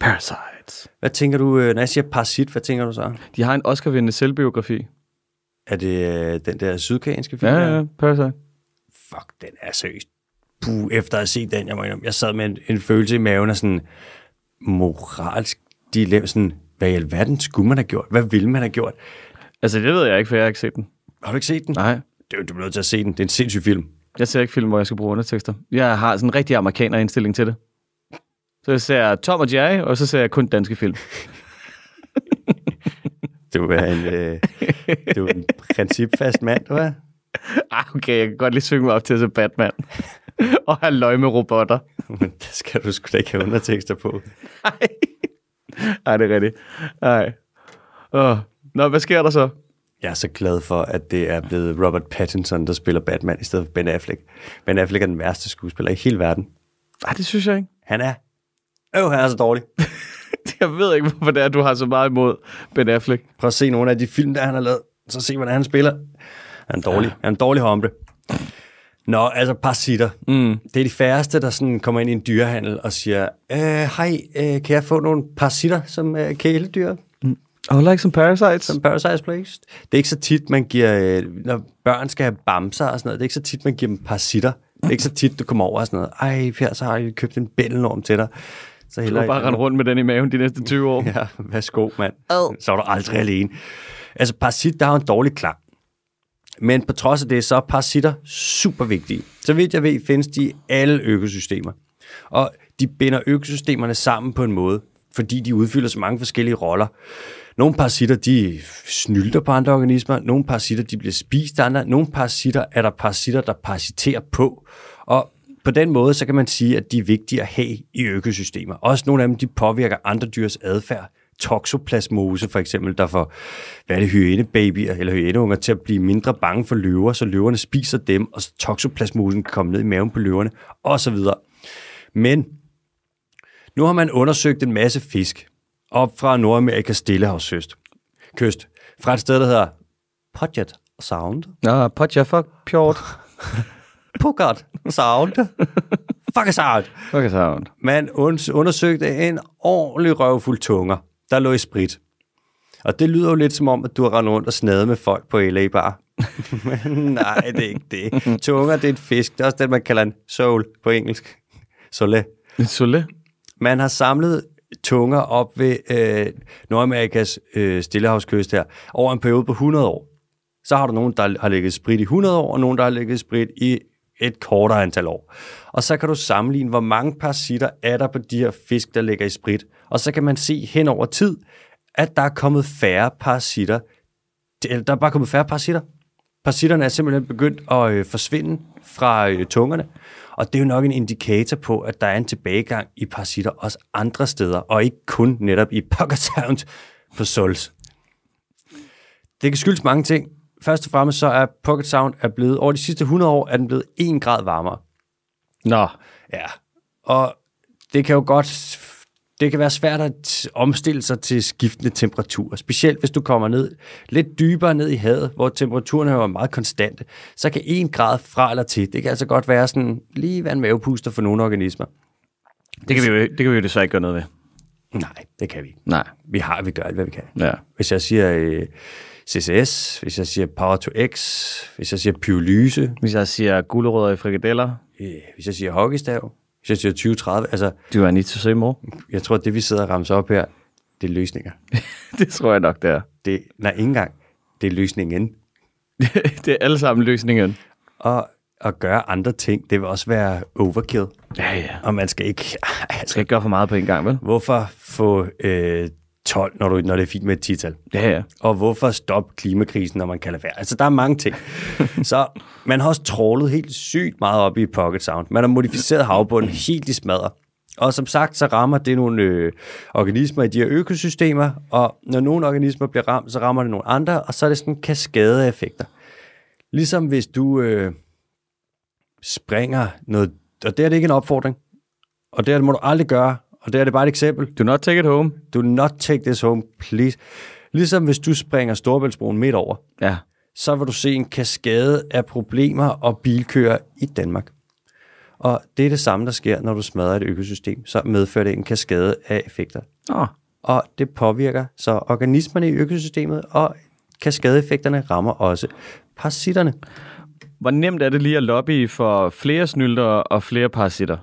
Speaker 2: Parasites.
Speaker 1: Hvad tænker du, øh, når jeg siger parasit, hvad tænker du så?
Speaker 2: De har en Oscar-vindende selvbiografi.
Speaker 1: Er det øh, den der sydkoreanske film?
Speaker 2: Ja,
Speaker 1: der?
Speaker 2: ja, ja. Parasite.
Speaker 1: fuck, den er seriøst. Puh, efter at have set den, jeg må indrømme, jeg sad med en, en følelse i maven og sådan, moralsk dilemma, sådan, hvad i alverden skulle man have gjort? Hvad ville man have gjort?
Speaker 2: Altså, det ved jeg ikke, for jeg har ikke set den.
Speaker 1: Har du ikke set den?
Speaker 2: Nej.
Speaker 1: Du, du bliver nødt til at se den. Det er en sindssyg film.
Speaker 2: Jeg ser ikke film, hvor jeg skal bruge undertekster. Jeg har sådan en rigtig amerikaner indstilling til det. Så jeg ser Tom og Jerry, og så ser jeg kun danske film.
Speaker 1: Du er en, øh, du er en principfast mand, du er.
Speaker 2: Ah, okay, jeg kan godt lige synge mig op til at se Batman. og have løg med robotter.
Speaker 1: Men det skal du sgu da ikke have undertekster på.
Speaker 2: Ej. Ej, det er rigtigt. Ej. Oh. Nå, hvad sker der så?
Speaker 1: Jeg er så glad for, at det er blevet Robert Pattinson, der spiller Batman, i stedet for Ben Affleck. Ben Affleck er den værste skuespiller i hele verden.
Speaker 2: Nej, det synes jeg ikke.
Speaker 1: Han er... Øv, han er så dårlig.
Speaker 2: Jeg ved ikke, hvorfor det er, du har så meget imod Ben Affleck.
Speaker 1: Prøv at se nogle af de film, der han har lavet. Så se, hvordan han spiller. Han er dårlig. Han er en dårlig humble. Nå, altså parasitter. Mm. Det er de færreste, der sådan kommer ind i en dyrehandel og siger, "Øh, hej, øh, kan jeg få nogle parasitter som øh, kæledyr?
Speaker 2: Oh, like some parasites. Som...
Speaker 1: Parasite Place. Det er ikke så tit, man giver... øh, Når børn skal have bamser og sådan noget, det er ikke så tit, man giver dem parasitter. Det er ikke så tit, du kommer over og sådan noget. Ej, Per, så har jeg købt en bællenorm til dig. Så
Speaker 2: Du
Speaker 1: heller
Speaker 2: må bare rende rundt med den i maven de næste 20 år.
Speaker 1: Ja, værsgo, mand. Så er du aldrig alene. Altså, parasit, der har en dårlig klang. Men på trods af det, så er parasitter super vigtige. Så vidt jeg ved, findes de i alle økosystemer. Og de binder økosystemerne sammen på en måde, fordi de udfylder så mange forskellige roller. Nogle parasitter, de snylter på andre organismer. Nogle parasitter, de bliver spist af andre. Nogle parasitter er der parasitter, der parasiterer på. Og på den måde, så kan man sige, at de er vigtige at have i økosystemer. Også nogle af dem, de påvirker andre dyrs adfærd. Toxoplasmose for eksempel, der får, hvad er det, hyænebabyer eller hyæneunger til at blive mindre bange for løver, så løverne spiser dem, og så toxoplasmosen kan komme ned i maven på løverne, osv. Men nu har man undersøgt en masse fisk op fra Nordamerikas stillehavskyst. Kyst. Fra et sted, der hedder Puget Sound.
Speaker 2: Nå, potja, fuck, pjort.
Speaker 1: Puget Sound. Fuck sound.
Speaker 2: Fuck, sound.
Speaker 1: Man uns- undersøgte en ordentlig røvfuld tunger, der lå i sprit. Og det lyder jo lidt som om, at du har rendt rundt og snadet med folk på LA Bar. Men nej, det er ikke det. Tunger, det er et fisk. Det er også det, man kalder en soul på engelsk. Sole.
Speaker 2: Sole.
Speaker 1: Man har samlet tunger op ved øh, Nordamerikas øh, stillehavskyst her over en periode på 100 år. Så har du nogen, der har ligget i sprit i 100 år, og nogen, der har ligget i sprit i et kortere antal år. Og så kan du sammenligne, hvor mange parasitter er der på de her fisk, der ligger i sprit. Og så kan man se hen over tid, at der er kommet færre parasitter. Eller Der er bare kommet færre parasitter. Parasitterne er simpelthen begyndt at øh, forsvinde fra øh, tungerne, og det er jo nok en indikator på, at der er en tilbagegang i parasitter også andre steder, og ikke kun netop i Pocket Sound på Sols. Det kan skyldes mange ting. Først og fremmest så er Pocket Sound er blevet, over de sidste 100 år, er den blevet 1 grad varmere.
Speaker 2: Nå,
Speaker 1: Ja, og det kan jo godt det kan være svært at omstille sig til skiftende temperaturer, specielt hvis du kommer ned lidt dybere ned i havet, hvor temperaturen er jo meget konstante, så kan en grad fra eller til, det kan altså godt være sådan lige være en mavepuster for nogle organismer.
Speaker 2: det kan, vi jo, det kan vi jo desværre ikke gøre noget ved.
Speaker 1: Nej, det kan vi ikke.
Speaker 2: Nej.
Speaker 1: Vi har, vi gør alt, hvad vi kan.
Speaker 2: Ja.
Speaker 1: Hvis jeg siger øh, CCS, hvis jeg siger Power to X, hvis jeg siger pyrolyse,
Speaker 2: Hvis jeg siger gulerødder i frikadeller,
Speaker 1: øh, hvis jeg siger hockeystav, hvis jeg siger 2030, altså
Speaker 2: do I need to say more?
Speaker 1: jeg tror, at det vi sidder og ramser op her, det er løsninger.
Speaker 2: det tror jeg nok, det er.
Speaker 1: Det, nej, ikke engang. Det er løsningen.
Speaker 2: det er alle sammen løsningen.
Speaker 1: Og at gøre andre ting, det vil også være overkill.
Speaker 2: Ja, ja.
Speaker 1: Og man skal ikke...
Speaker 2: Jeg
Speaker 1: Altså,
Speaker 2: skal ikke gøre for meget på en gang, vel?
Speaker 1: hvorfor få øh, 12, når, du, når det er fint med et tital?
Speaker 2: Ja, ja.
Speaker 1: Og hvorfor stoppe klimakrisen, når man kan lade være? Altså, der er mange ting. Så man har også trålet helt sygt meget op i Pocket Sound. Man har modificeret havbunden helt i smadret. Og som sagt, så rammer det nogle øh, organismer i de her økosystemer, og når nogle organismer bliver ramt, så rammer det nogle andre, og så er det sådan en kaskade af effekter. Ligesom hvis du øh, springer noget, og det er det ikke en opfordring, og det, her, det må du aldrig gøre, og det her, det er bare et eksempel,
Speaker 2: Do not take it home.
Speaker 1: Do not take this home, please. Ligesom hvis du springer Storebæltsbroen midt over,
Speaker 2: Ja.
Speaker 1: så vil du se en kaskade af problemer og bilkøer i Danmark. Og det er det samme, der sker, når du smadrer et økosystem. Så medfører det en kaskade af effekter.
Speaker 2: Nå.
Speaker 1: Og det påvirker så organismerne i økosystemet, og kaskadeeffekterne rammer også parasitterne.
Speaker 2: Hvor nemt er det lige at lobby for flere snylder og flere parasitter?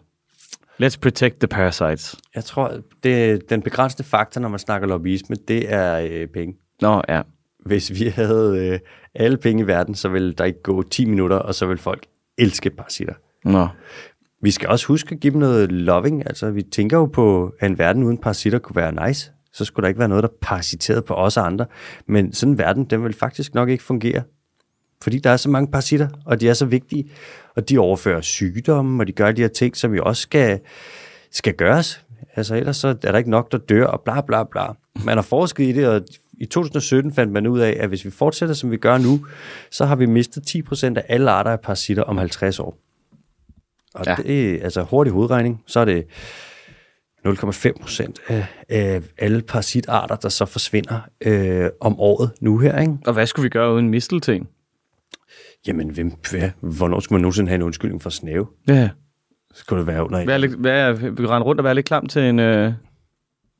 Speaker 2: Let's protect the parasites.
Speaker 1: Jeg tror, det, den begrænsende faktor, når man snakker lobbyisme, det er øh, penge.
Speaker 2: Nå, ja.
Speaker 1: Hvis vi havde øh, alle penge i verden, så ville der ikke gå 10 minutter, og så ville folk elske parasitter.
Speaker 2: Nå.
Speaker 1: Vi skal også huske at give dem noget loving. Altså, vi tænker jo på, at en verden uden parasitter kunne være nice. Så skulle der ikke være noget, der parasiterede på os og andre. Men sådan en verden, den vil faktisk nok ikke fungere. Fordi der er så mange parasitter, og de er så vigtige. Og de overfører sygdomme, og de gør de her ting, som jo også skal, skal gøres. Altså ellers så er der ikke nok, der dør, og bla bla bla. Man har forsket i det, og i 2017 fandt man ud af, at hvis vi fortsætter, som vi gør nu, så har vi mistet 10% af alle arter af parasitter om 50 år. Og ja.
Speaker 2: Ja.
Speaker 1: det, altså hurtig hovedregning, så er det 0,5 procent af, af alle parasitarter, der så forsvinder øh, om året nu her, ikke?
Speaker 2: Og hvad skulle vi gøre uden mistelten?
Speaker 1: Jamen, hvem, hvad, hvornår skulle man nogensinde have en undskyldning for snæve?
Speaker 2: Ja.
Speaker 1: Skulle det være under
Speaker 2: Vær
Speaker 1: en?
Speaker 2: lidt, vær, vi kan rende rundt og være lidt klam til en, øh,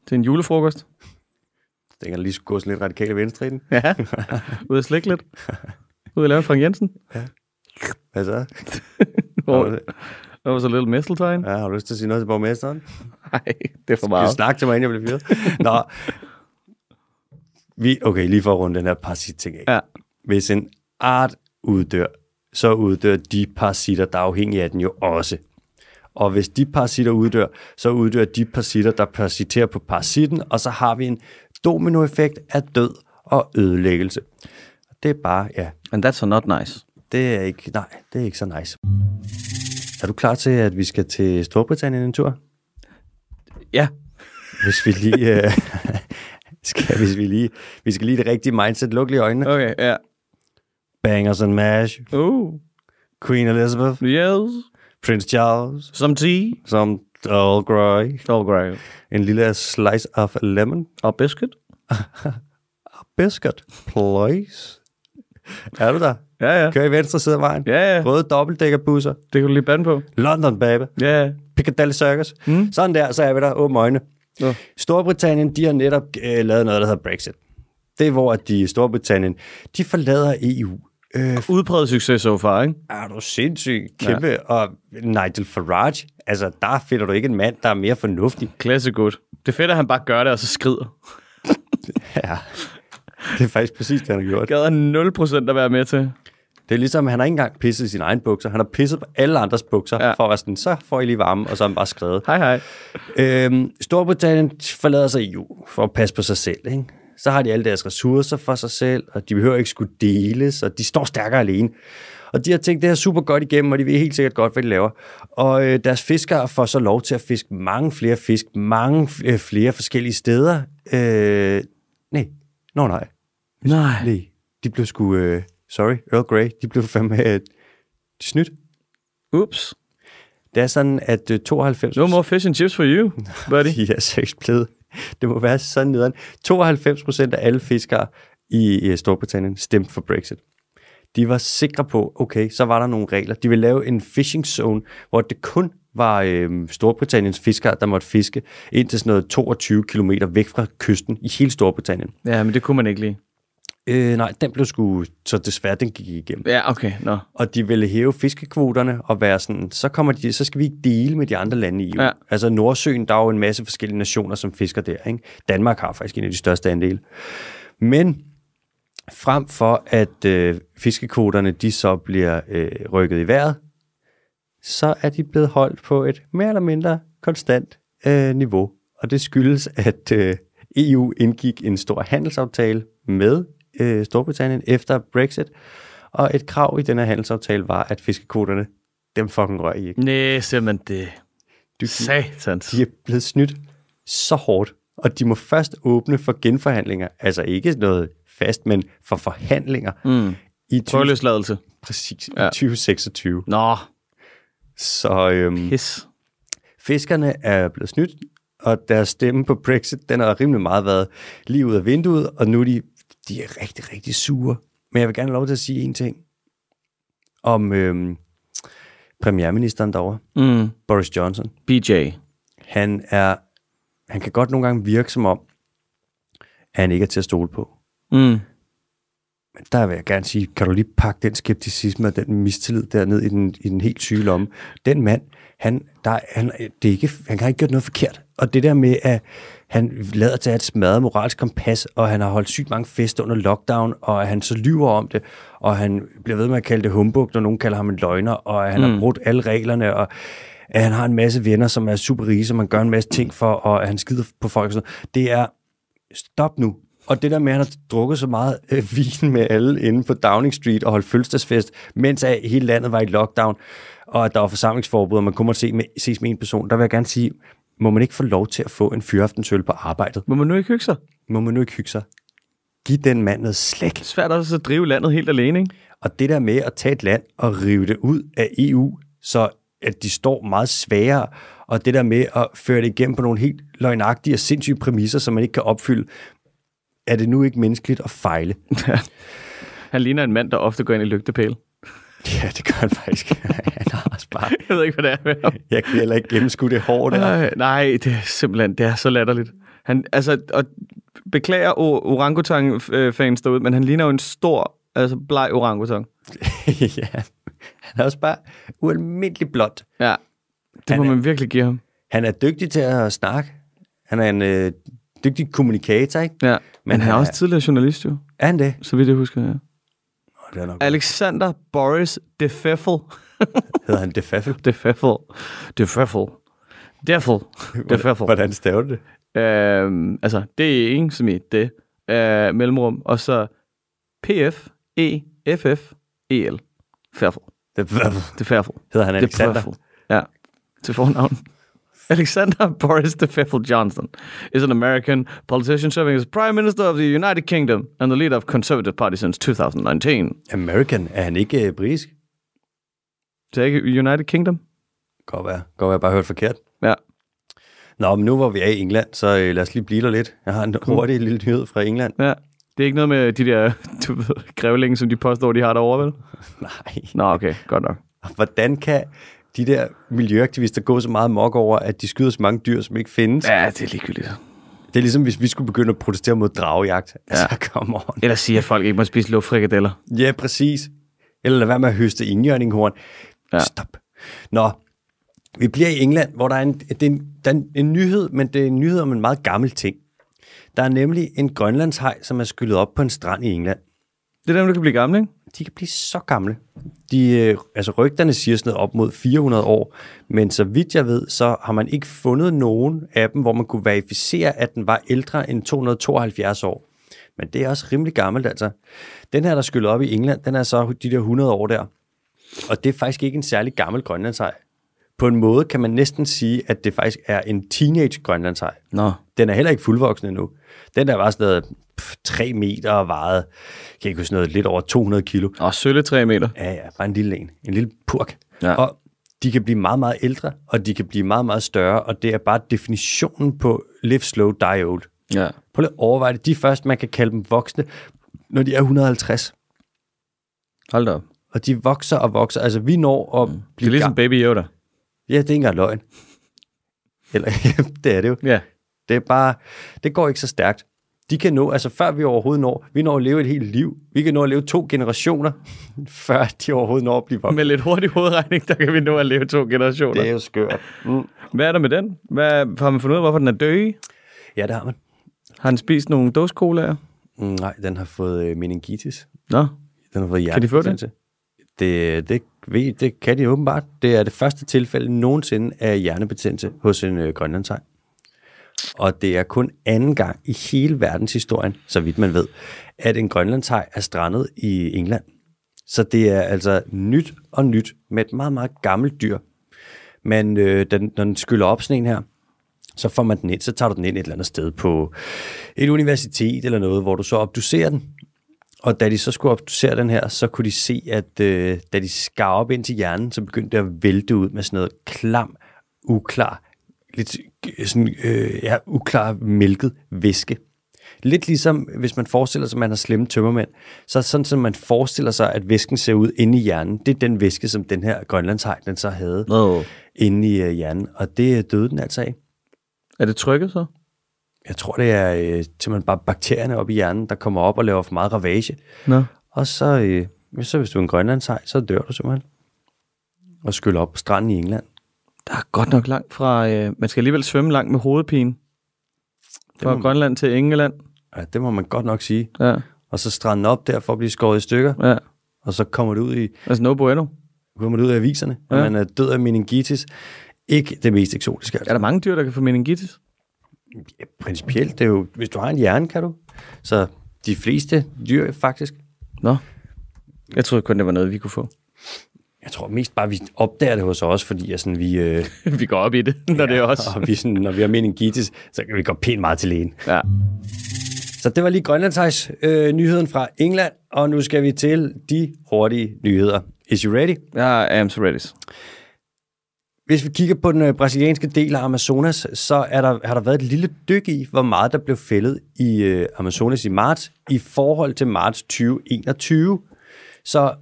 Speaker 2: til en julefrokost.
Speaker 1: Den kan lige skulle gå sådan lidt radikale venstre i den.
Speaker 2: Ja. Ude at slikke lidt. Ude at lave en Frank Jensen.
Speaker 1: Hvad så?
Speaker 2: Hvor
Speaker 1: Har du-
Speaker 2: der var så lidt misteltegn.
Speaker 1: Ja, har du lyst til at sige noget til borgmesteren?
Speaker 2: Nej, det er for
Speaker 1: Wow.
Speaker 2: meget.
Speaker 1: Du snakke til mig, inden jeg bliver fyret. Nå. Vi, okay, lige for at runde den her parasit-ting af.
Speaker 2: Ja.
Speaker 1: Hvis en art uddør, så uddør de parasitter, der er afhængige af den jo også. Og hvis de parasitter uddør, så uddør de parasitter, der parasiterer på parasitten, og så har vi en dominoeffekt af død og ødelæggelse. Det er bare, ja,
Speaker 2: And that's not nice.
Speaker 1: det er ikke, nej, det er ikke så nice. Er du klar til, at vi skal til Storbritannien en tur?
Speaker 2: Ja,
Speaker 1: hvis vi lige... Øh, skal, hvis vi lige... Vi skal lige det rigtige mindset. Luk lige øjnene.
Speaker 2: okay, ja.
Speaker 1: Bangers and Mash.
Speaker 2: Oh,
Speaker 1: Queen Elizabeth.
Speaker 2: yes.
Speaker 1: Prince Charles.
Speaker 2: Some tea.
Speaker 1: Som Earl Grey.
Speaker 2: All right.
Speaker 1: En lille slice of lemon.
Speaker 2: Og biscuit.
Speaker 1: Biscuit. Please. Er du der?
Speaker 2: Ja, ja.
Speaker 1: Kør i venstre side af vejen.
Speaker 2: Ja, ja.
Speaker 1: Røde dobbeltdækkerbusser.
Speaker 2: Det kan du lige bande på.
Speaker 1: London, baby.
Speaker 2: Ja, ja.
Speaker 1: Piccadilly Circus. Mm. Sådan der, så er vi der. Åbne øjne.
Speaker 2: Nå.
Speaker 1: Storbritannien, de har netop øh, lavet noget, der hedder Brexit. Det er, hvor at de i Storbritannien, de forlader EU. Øh,
Speaker 2: Udpræget succes så so far, ikke?
Speaker 1: er du sindssyg kæmpe. Ja. Og Nigel Farage, altså der finder du ikke en mand, der er mere fornuftig.
Speaker 2: Klasse godt. Det er fedt, at han bare gør det, og så skrider.
Speaker 1: Ja. Det er faktisk præcis det, han har gjort.
Speaker 2: Gad han 0% at være med til.
Speaker 1: Det er ligesom, at han har ikke engang pisset i sine egne bukser. Han har pisset på alle andres bukser, ja.
Speaker 2: Ja.
Speaker 1: for at være sådan, så får I lige varme, og så er han bare skrevet.
Speaker 2: Hej, hej.
Speaker 1: Øhm, Storbritannien forlader sig EU for at passe på sig selv. Ikke? Så har de alle deres ressourcer for sig selv, og de behøver ikke skulle deles, og de står stærkere alene. Og de har tænkt det her super godt igennem, og de ved helt sikkert godt, hvad de laver. Og øh, deres fiskere får så lov til at fiske mange flere fisk, mange f- øh, flere forskellige steder. Øh, nej, nå nej,
Speaker 2: Nej.
Speaker 1: nej. De blev sgu, øh, sorry, Earl Grey, de blev fandme øh, snydt.
Speaker 2: Ups.
Speaker 1: Det er sådan, at øh, 92...
Speaker 2: No more fish and chips for you, buddy.
Speaker 1: De er seriøst blevet. Det må være sådan nederen. 92 procent af alle fiskere i øh, Storbritannien stemte for Brexit. De var sikre på, okay, så var der nogle regler. De ville lave en fishing zone, hvor det kun var øh, Storbritanniens fiskere, der måtte fiske indtil sådan noget 22 km væk fra kysten i hele Storbritannien.
Speaker 2: Ja, men det kunne man ikke lige.
Speaker 1: Øh, nej, den blev sgu, så desværre, den gik ikke igennem.
Speaker 2: Ja, okay, nå.
Speaker 1: Og de ville hæve fiskekvoterne og være sådan, så, kommer de, så skal vi ikke dele med de andre lande i EU. Ja.
Speaker 2: Ja.
Speaker 1: Altså Nordsøen, der er jo en masse forskellige nationer, som fisker der. Ikke? Danmark har faktisk en af de største andele. Men frem for at øh, fiskekvoterne de så bliver øh, rykket i vejret, så er de blevet holdt på et mere eller mindre konstant øh, niveau. Og det skyldes, at øh, EU indgik en stor handelsaftale med øh, Storbritannien efter Brexit, og et krav i den her handelsaftale var, at fiskekvoterne, dem fucking rør I ikke.
Speaker 2: Næh, simpelthen det.
Speaker 1: Du-
Speaker 2: Satans.
Speaker 1: De er blevet snydt så hårdt, og de må først åbne for genforhandlinger, altså ikke noget fast, men for forhandlinger mm. i, 20,
Speaker 2: Prøveløsladelse.
Speaker 1: præcis, ja.
Speaker 2: Ja.
Speaker 1: i 2026.
Speaker 2: Nå,
Speaker 1: Så øhm,
Speaker 2: pis.
Speaker 1: Fiskerne er blevet snydt, og deres stemme på Brexit, den har rimelig meget været lige ud af vinduet, og nu er de, de er rigtig, rigtig sure. Men jeg vil gerne have lov til at sige en ting om øhm, premierministeren derovre,
Speaker 2: Mm.
Speaker 1: Boris Johnson.
Speaker 2: BJ.
Speaker 1: Han, er, han kan godt nogle gange virke som om, at han ikke er til at stole på.
Speaker 2: Mm.
Speaker 1: der vil jeg gerne sige, kan du lige pakke den skepticisme og den mistillid derned i den, i den helt syge lomme. Den mand, han, der, han, det er ikke, han har ikke gjort noget forkert. Og det der med, at han lader til at have et smadret moralsk kompas, og han har holdt sygt mange fester under lockdown, og at han så lyver om det, og han bliver ved med at kalde det humbug, når nogen kalder ham en løgner, og at han mm. har brudt alle reglerne, og at han har en masse venner, som er super rige, som han gør en masse ting for, og at han skider på folk. og Sådan noget. Det er, stop nu. Og det der med, at han har drukket så meget øh, vin med alle inde på Downing Street og holdt fødselsdagsfest, mens at hele landet var i lockdown, og at der var forsamlingsforbud, og man kun måtte se med, ses med en person, der vil jeg gerne sige, må man ikke få lov til at få en fyraftensøl på arbejdet?
Speaker 2: Må man nu ikke hygge sig?
Speaker 1: Må man nu ikke hygge sig? Giv den mand noget slæk.
Speaker 2: Det er svært også at drive landet helt alene, ikke?
Speaker 1: Og det der med at tage et land og rive det ud af EU, så at de står meget svagere, og det der med at føre det igennem på nogle helt løgnagtige og sindssyge præmisser, som man ikke kan opfylde, er det nu ikke menneskeligt at fejle?
Speaker 2: Han ligner en mand, der ofte går ind i lygtepæl.
Speaker 1: Ja, det gør han faktisk. Han har også bare...
Speaker 2: Jeg ved ikke, hvad det er med ham.
Speaker 1: Jeg kan heller ikke gennemskue det hår der.
Speaker 2: Øh, nej, det er simpelthen, det er så latterligt. Han, altså, og beklager o- orangutang-fans derude, men han ligner jo en stor, altså bleg orangutang.
Speaker 1: ja. Han er også bare ualmindelig blot.
Speaker 2: Ja, det
Speaker 1: Han
Speaker 2: må
Speaker 1: er-
Speaker 2: man virkelig give ham.
Speaker 1: Han er dygtig til at snakke. Han er en øh, dygtig kommunikator, ikke?
Speaker 2: Ja. Men, han er
Speaker 1: han
Speaker 2: også
Speaker 1: er-
Speaker 2: tidligere journalist jo,
Speaker 1: Er han det?
Speaker 2: så vidt jeg husker. Ja.
Speaker 1: Oh, det er nok.
Speaker 2: Alexander Boris de Pfeffel.
Speaker 1: Hedder han Defaffel?
Speaker 2: De Pfeffel. De Pfeffel. Deffel. De Pfeffel.
Speaker 1: Hvordan staver du det?
Speaker 2: Øhm, altså, det er ikke som i det. Øh, mellemrum. Og så PF, E, FF, EL. Færful.
Speaker 1: Defaffel.
Speaker 2: Det er færful.
Speaker 1: Hedder han
Speaker 2: Det er
Speaker 1: Alexander?
Speaker 2: færful. Ja. Til fornavn. Alexander Boris de Pfeffel Johnson is an American politician serving as Prime Minister of the United Kingdom and the leader of Conservative Party since 2019.
Speaker 1: American. Er han ikke øh, britisk?
Speaker 2: Så ikke United Kingdom?
Speaker 1: Godt være. Godt være, jeg bare hørt forkert.
Speaker 2: Ja.
Speaker 1: Nå, men nu hvor vi er i England, så øh, lad os lige blive der lidt. Jeg har en hurtig lille nyhed fra England.
Speaker 2: ja. Det er ikke noget med de der du ved, grævlinge, som de påstår, de har derovre, vel?
Speaker 1: Nej.
Speaker 2: Nå, okay. Godt nok.
Speaker 1: Hvordan kan de der miljøaktivister gå så meget mok over, at de skyder så mange dyr, som ikke findes? Ja.
Speaker 2: Ja, det er ligegyldigt.
Speaker 1: Det er ligesom, hvis vi skulle begynde at protestere mod dragejagt. Ja. Altså, come on.
Speaker 2: Eller sige, at folk ikke må spise luftfrikadeller.
Speaker 1: Ja, præcis. Eller lad være med at høste indjørninghorn. Ja.
Speaker 2: Ja.
Speaker 1: Stop. Nå, vi bliver i England, hvor der er, en, det er en, der er en, en nyhed, men det er en nyhed om en meget gammel ting. Der er nemlig en grønlandshej, som er skyllet op på en strand i England.
Speaker 2: Det er dem, der kan blive gamle, ikke?
Speaker 1: de kan blive så gamle. De, øh, altså rygterne siger sådan noget op mod 400 år, men så vidt jeg ved, så har man ikke fundet nogen af dem, hvor man kunne verificere, at den var ældre end 272 år. Men det er også rimelig gammelt altså. Den her, der skyllet op i England, den er så de der 100 år der. Og det er faktisk ikke en særlig gammel grønlandshej. På en måde kan man næsten sige, at det faktisk er en teenage grønlandshej.
Speaker 2: Nå.
Speaker 1: Den er heller ikke fuldvoksen endnu. Den der var sådan noget pff, 3 meter og vejede, jeg kan ikke huske noget, lidt over 200 kilo.
Speaker 2: Og sølle 3 meter.
Speaker 1: Ja, ja, bare en lille en. En lille purk.
Speaker 2: Ja.
Speaker 1: Og de kan blive meget, meget ældre, og de kan blive meget, meget større, og det er bare definitionen på live slow, die old.
Speaker 2: Ja.
Speaker 1: Prøv lige at overveje det. De er først, man kan kalde dem voksne, når de er 150.
Speaker 2: Hold da op.
Speaker 1: Og de vokser og vokser. Altså, vi når at
Speaker 2: Det er
Speaker 1: blive...
Speaker 2: ligesom
Speaker 1: Ligesom...
Speaker 2: Baby Yoda.
Speaker 1: Ja, det er ikke engang løgn. Eller, det er det jo.
Speaker 2: Ja.
Speaker 1: Det er bare, det går ikke så stærkt. De kan nå, altså før vi overhovedet når, vi når at leve et helt liv. Vi kan nå at leve to generationer, før de overhovedet når at blive voksne.
Speaker 2: Med lidt hurtig hovedregning, der kan vi nå at leve to generationer.
Speaker 1: Det er jo skørt. Mm.
Speaker 2: Hvad er der med den? Hvad, har man fundet ud af, hvorfor den er død?
Speaker 1: Ja, det har man.
Speaker 2: Har han spist nogle dåskolaer?
Speaker 1: Mm, Nej, den har fået øh, meningitis.
Speaker 2: Nå.
Speaker 1: Den har fået hjerte.
Speaker 2: de få det?
Speaker 1: Det, det, ved, det kan de åbenbart. Det er det første tilfælde nogensinde af hjernebetændelse hos en øh, grønlandshej. Og det er kun anden gang i hele verdenshistorien, så vidt man ved, at en grønlandshej er strandet i England. Så det er altså nyt og nyt med et meget, meget gammelt dyr. Men øh, den, når den skyller op sådan en her, så får man den ind, så tager du den ind et eller andet sted på et universitet eller noget, hvor du så obducerer den. Og da de så skulle obducere den her, så kunne de se, at øh, da de skar op ind til hjernen, så begyndte det at vælte ud med sådan noget klam, uklar, lidt øh, sådan, øh, ja, uklar mælket væske. Lidt ligesom, hvis man forestiller sig, at man har slemme tømmermænd, så er sådan, som man forestiller sig, at væsken ser ud inde i hjernen. Det er den væske, som den her grønlandshej, den så havde
Speaker 2: Nå.
Speaker 1: inde i øh, hjernen. Og det øh, døde den altså af.
Speaker 2: Er det trykket så?
Speaker 1: Jeg tror, det er øh, simpelthen bare bakterierne op i hjernen, der kommer op og laver for meget ravage.
Speaker 2: Nå.
Speaker 1: Og så, øh, så hvis du er en grønlandshej, så dør du simpelthen. Og skyller op på stranden i England.
Speaker 2: Der er godt nok langt fra... Øh, man skal alligevel svømme langt med hovedpine. Fra
Speaker 1: må-
Speaker 2: Grønland til England.
Speaker 1: Ja, det må man godt nok sige.
Speaker 2: Ja,
Speaker 1: Og så stranden op der for at blive skåret i stykker.
Speaker 2: ja.
Speaker 1: Og så kommer det ud i
Speaker 2: Altså no bueno.
Speaker 1: kommer det ud af aviserne, ja.
Speaker 2: Ja.
Speaker 1: at man er død af meningitis. Ikke det mest eksotiske.
Speaker 2: Er
Speaker 1: Altså.
Speaker 2: der mange dyr, der kan få meningitis?
Speaker 1: Ja, principielt, det er jo, hvis du har en hjerne, kan du. Så de fleste dyr faktisk,
Speaker 2: Nå. Jeg troede kun, det var noget, vi kunne få.
Speaker 1: jeg tror mest bare, vi opdager det hos os, fordi jeg sådan, vi, øh,
Speaker 2: vi går op i det, når det er os.
Speaker 1: og vi sådan, når vi har meningitis, så kan vi gå pænt meget til lægen.
Speaker 2: Ja.
Speaker 1: Så det var lige Grønlandshejs øh, nyheden fra England, og nu skal vi til de hurtige nyheder. Is you ready?
Speaker 2: Jeg er so ready.
Speaker 1: Hvis vi kigger på den øh, brasilianske del af Amazonas, så er der, har der været et lille dyk i, hvor meget der blev fældet i øh, Amazonas i marts, i forhold til marts 2021. Så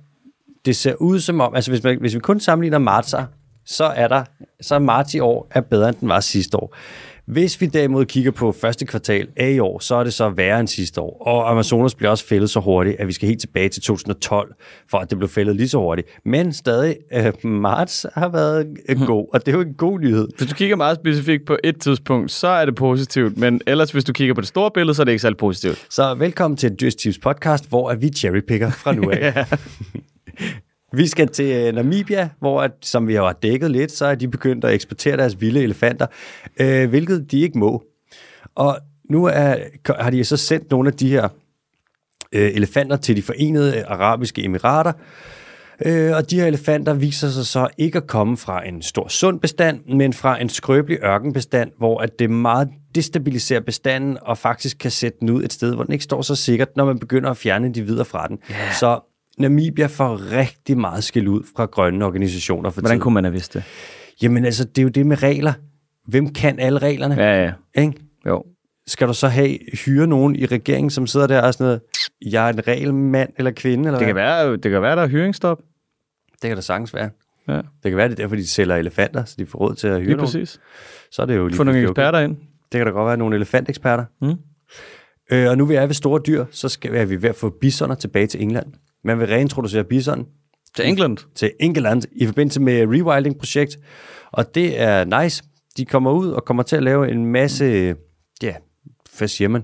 Speaker 1: det ser ud som om, altså hvis, man, hvis vi kun sammenligner martser, så er der, så er marts i år er bedre, end den var sidste år. Hvis vi derimod kigger på første kvartal af i år, så er det så værre end sidste år. Og Amazonas bliver også fældet så hurtigt, at vi skal helt tilbage til 2012, for at det blev fældet lige så hurtigt. Men stadig, øh, marts har været øh, god, og det er jo en god nyhed.
Speaker 2: Hvis du kigger meget specifikt på et tidspunkt, så er det positivt, men ellers hvis du kigger på det store billede, så er det ikke særlig positivt.
Speaker 1: Så velkommen til Dyrs Tips podcast, hvor at vi cherrypicker fra nu af. Vi skal til øh, Namibia, hvor, at, som vi jo har dækket lidt, så er de begyndt at eksportere deres vilde elefanter, øh, hvilket de ikke må. Og nu er, har de så sendt nogle af de her øh, elefanter til de forenede øh, arabiske emirater, øh, og de her elefanter viser sig så ikke at komme fra en stor sund bestand, men fra en skrøbelig ørkenbestand, hvor at det meget destabiliserer bestanden og faktisk kan sætte den ud et sted, hvor den ikke står så sikkert, når man begynder at fjerne de videre fra den. Yeah. Så Namibia får rigtig meget skæld ud fra grønne organisationer for
Speaker 2: Hvordan
Speaker 1: tiden.
Speaker 2: kunne man have vidst det?
Speaker 1: Jamen altså, det er jo det med regler. Hvem kan alle reglerne?
Speaker 2: Ja, ja.
Speaker 1: Ja. Ikke?
Speaker 2: Jo.
Speaker 1: skal du så have hyre nogen i regeringen, som sidder der og er sådan noget, jeg er en regelmand eller kvinde? Eller
Speaker 2: Det kan
Speaker 1: hvad?
Speaker 2: være, det kan være der er hyringsstop.
Speaker 1: det kan da sagtens være.
Speaker 2: Ja,
Speaker 1: Det kan være, det er derfor, de sælger elefanter, så de får råd til at hyre
Speaker 2: lige
Speaker 1: nogen.
Speaker 2: præcis.
Speaker 1: Så er det jo lige
Speaker 2: Få nogle
Speaker 1: pludselig okay.
Speaker 2: eksperter ind.
Speaker 1: Det kan da godt være nogle elefanteksperter.
Speaker 2: Mm.
Speaker 1: Øh, og nu vi er ved store dyr, så skal, er vi ved at få bisoner tilbage til England. Man vil reintroducere bisonen
Speaker 2: Til England.
Speaker 1: til England i forbindelse med rewilding-projekt. Og det er nice. De kommer ud og kommer til at lave en masse, ja, hvad siger man,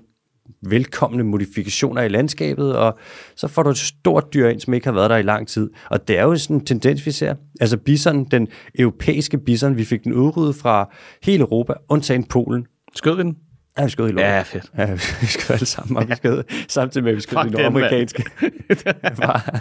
Speaker 1: velkomne modifikationer i landskabet, og så får du et stort dyr ind, som ikke har været der i lang tid. Og det er jo sådan en tendens, vi ser. Altså bison, den europæiske bison, vi fik den udryddet fra hele Europa, undtagen Polen.
Speaker 2: Skød vi den?
Speaker 1: Ja, vi skød i lort.
Speaker 2: Ja, fedt.
Speaker 1: Ja, vi skød alle sammen, og vi skød, samtidig med, at vi skød
Speaker 2: Fuck
Speaker 1: i
Speaker 2: den, mand.
Speaker 1: nordamerikanske. Bare-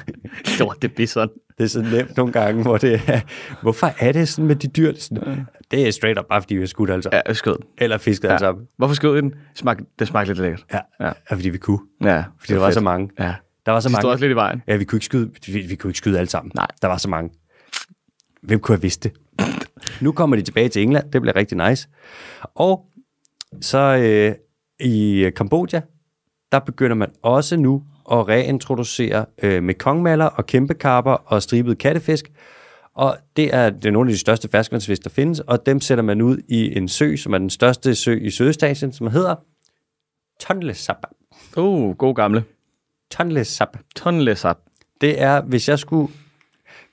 Speaker 2: Lort, det bison.
Speaker 1: det er så nemt nogle gange, hvor det er, hvorfor er det sådan med de dyr? Det er, sådan, det er straight up bare, fordi vi har skudt altså, ja.
Speaker 2: Ja, skød den.
Speaker 1: eller fisket ja. altså.
Speaker 2: Hvorfor skød I den? Smag, det smagte lidt lækkert.
Speaker 1: Ja. ja.
Speaker 2: Ja.
Speaker 1: fordi vi kunne.
Speaker 2: Ja,
Speaker 1: Fordi der var så mange.
Speaker 2: Ja.
Speaker 1: Der var så
Speaker 2: De stod også
Speaker 1: mange.
Speaker 2: lidt i vejen.
Speaker 1: Ja, vi kunne ikke skyde, vi, vi kunne ikke skyde alle sammen.
Speaker 2: Nej.
Speaker 1: Der var så mange. Hvem kunne have vidst det? nu kommer de tilbage til England. Det bliver rigtig nice. Og så øh, i øh, Kambodja, der begynder man også nu at reintroducere øh, mekongmaller og kæmpekarper og stribede kattefisk. Og det er, det er nogle af de største ferskvandsfisk, der findes, og dem sætter man ud i en sø, som er den største sø i Sydøstasien, som hedder Tonle Sap.
Speaker 2: Uh, god gamle.
Speaker 1: Tonle Sap.
Speaker 2: Tonlesat.
Speaker 1: Det er, hvis jeg skulle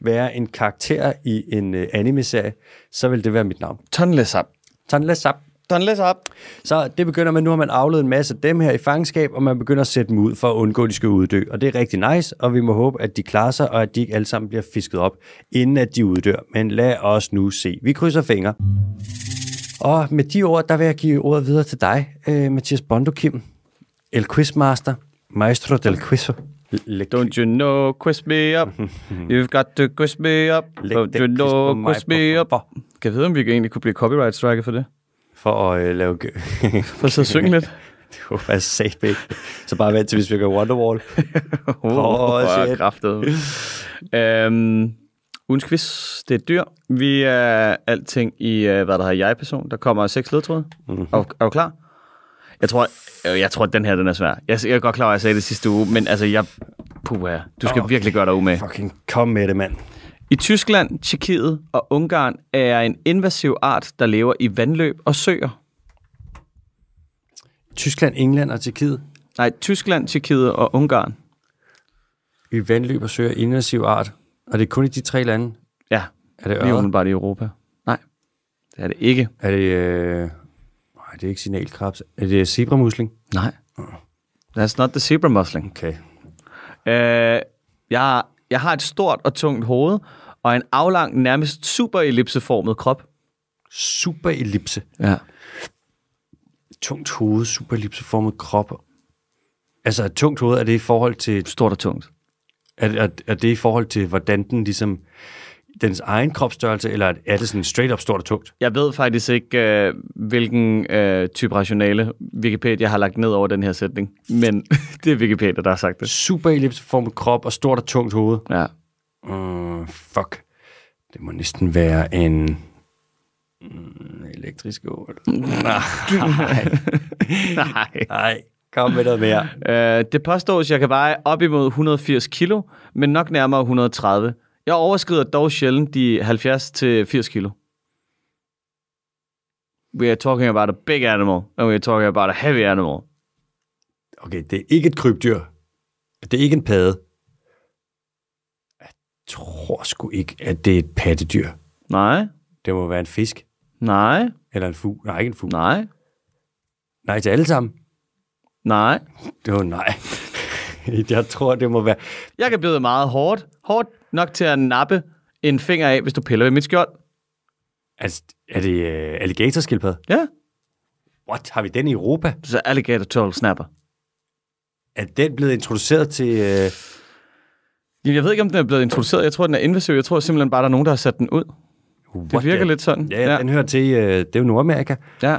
Speaker 1: være en karakter i en øh, anime-serie, så ville det være mit navn.
Speaker 2: Tonlesat.
Speaker 1: Tonle Sap.
Speaker 2: Tonlesat.
Speaker 1: Så det begynder man, nu har man afledt en masse af dem her i fangenskab, og man begynder at sætte dem ud for at undgå, at de skal uddø. Og det er rigtig nice, og vi må håbe, at de klarer sig, og at de ikke alle sammen bliver fisket op, inden at de uddør. Men lad os nu se. Vi krydser fingre. Og med de ord, der vil jeg give ordet videre til dig, øh, Mathias Bondo Kim, El Quizmaster, Maestro del Quiz.
Speaker 2: Don't you know, quiz me up. You've got to quiz me up.
Speaker 1: Læg
Speaker 2: Don't
Speaker 1: det
Speaker 2: you
Speaker 1: quiz på
Speaker 2: know,
Speaker 1: mig,
Speaker 2: quiz me up.
Speaker 1: hvorfor?
Speaker 2: Kan jeg vide, om vi egentlig kunne blive copyright striket for det?
Speaker 1: For at øh, lave... gø-
Speaker 2: For at sidde og synge lidt?
Speaker 1: Det håber jeg sagt ikke. Så bare vent til, hvis vi gør Wonderwall. Åh, shit.
Speaker 2: kraftet. øhm, ugens quiz, det er et dyr. Vi er alting i, øh, hvad der hedder jeg-person. Der kommer seks ledtråde. Mm-hmm.
Speaker 1: Mhm.
Speaker 2: Er, du- er du klar? Jeg tror, øh, jeg tror, at den her den er svær. Jeg, jeg er godt klar, over, at jeg sagde det sidste uge, men altså, jeg... Puh, ja. du skal
Speaker 1: Åh,
Speaker 2: okay. virkelig gøre dig umage.
Speaker 1: Fucking kom med det, mand.
Speaker 2: I Tyskland, Tjekkiet og Ungarn er en invasiv art, der lever i vandløb og søer.
Speaker 1: Tyskland, England og Tjekkiet.
Speaker 2: Nej, Tyskland, Tjekkiet og Ungarn.
Speaker 1: i vandløb og søer invasiv art. Og det er kun i de tre lande.
Speaker 2: Ja,
Speaker 1: Er det
Speaker 2: lige
Speaker 1: ørder?
Speaker 2: umiddelbart i Europa. Nej, det er det ikke.
Speaker 1: Er det... Øh... Nej, det er ikke signalkrebs. Er det zebramusling?
Speaker 2: Nej. That's not the zebra mussling.
Speaker 1: Okay.
Speaker 2: Øh, jeg, jeg har et stort og tungt hoved, og en aflang, nærmest super ellipseformet krop.
Speaker 1: Super ellipse.
Speaker 2: Ja.
Speaker 1: Tungt hoved, super ellipseformet krop. Altså, et tungt hoved, er det i forhold til
Speaker 2: Stort og tungt.
Speaker 1: Er, er, er det i forhold til, hvordan den ligesom, dens egen kropsstørrelse, eller er det sådan straight up stort og tungt?
Speaker 2: Jeg ved faktisk ikke, øh, hvilken øh, type rationale Wikipedia har lagt ned over den her sætning, men det er Wikipedia, der har sagt det.
Speaker 1: Super ellipseformet krop og stort og tungt hoved.
Speaker 2: Ja.
Speaker 1: Uh, fuck. Det må næsten være en mm, elektrisk ål.
Speaker 2: Nej.
Speaker 1: Nej, kom med noget mere.
Speaker 2: Øh, det påstås, jeg kan veje op imod 180 kilo, men nok nærmere 130. Jeg overskrider dog sjældent de 70-80 kilo. We are talking about a big animal, and we are talking about a heavy animal.
Speaker 1: Okay, det er ikke et krybdyr. Det er ikke en padde. Jeg tror sgu ikke, at det er et pattedyr.
Speaker 2: Nej,
Speaker 1: Det må være en fisk,
Speaker 2: nej,
Speaker 1: eller en fugl. Nej, ikke en fugl.
Speaker 2: nej,
Speaker 1: Nej, til alle sammen.
Speaker 2: nej.
Speaker 1: Det var nej. Jeg tror, det må være...
Speaker 2: Jeg kan bide meget hårdt. Hårdt nok til at nappe en finger af, hvis du piller ved mit skjold.
Speaker 1: Altså, er det uh, alligatorskildpadde?
Speaker 2: Ja,
Speaker 1: What? Har vi den i Europa?
Speaker 2: så alligator turtle snapper.
Speaker 1: Er den blevet introduceret til... Uh...
Speaker 2: Jamen, Jeg ved ikke, om den er blevet introduceret. Jeg tror, den er invasiv. Jeg tror simpelthen bare, der er nogen, der har sat den ud.
Speaker 1: What
Speaker 2: Det virker
Speaker 1: the-
Speaker 2: lidt sådan.
Speaker 1: Ja, ja, den hører til... Uh, det er jo Nordamerika.
Speaker 2: Ja.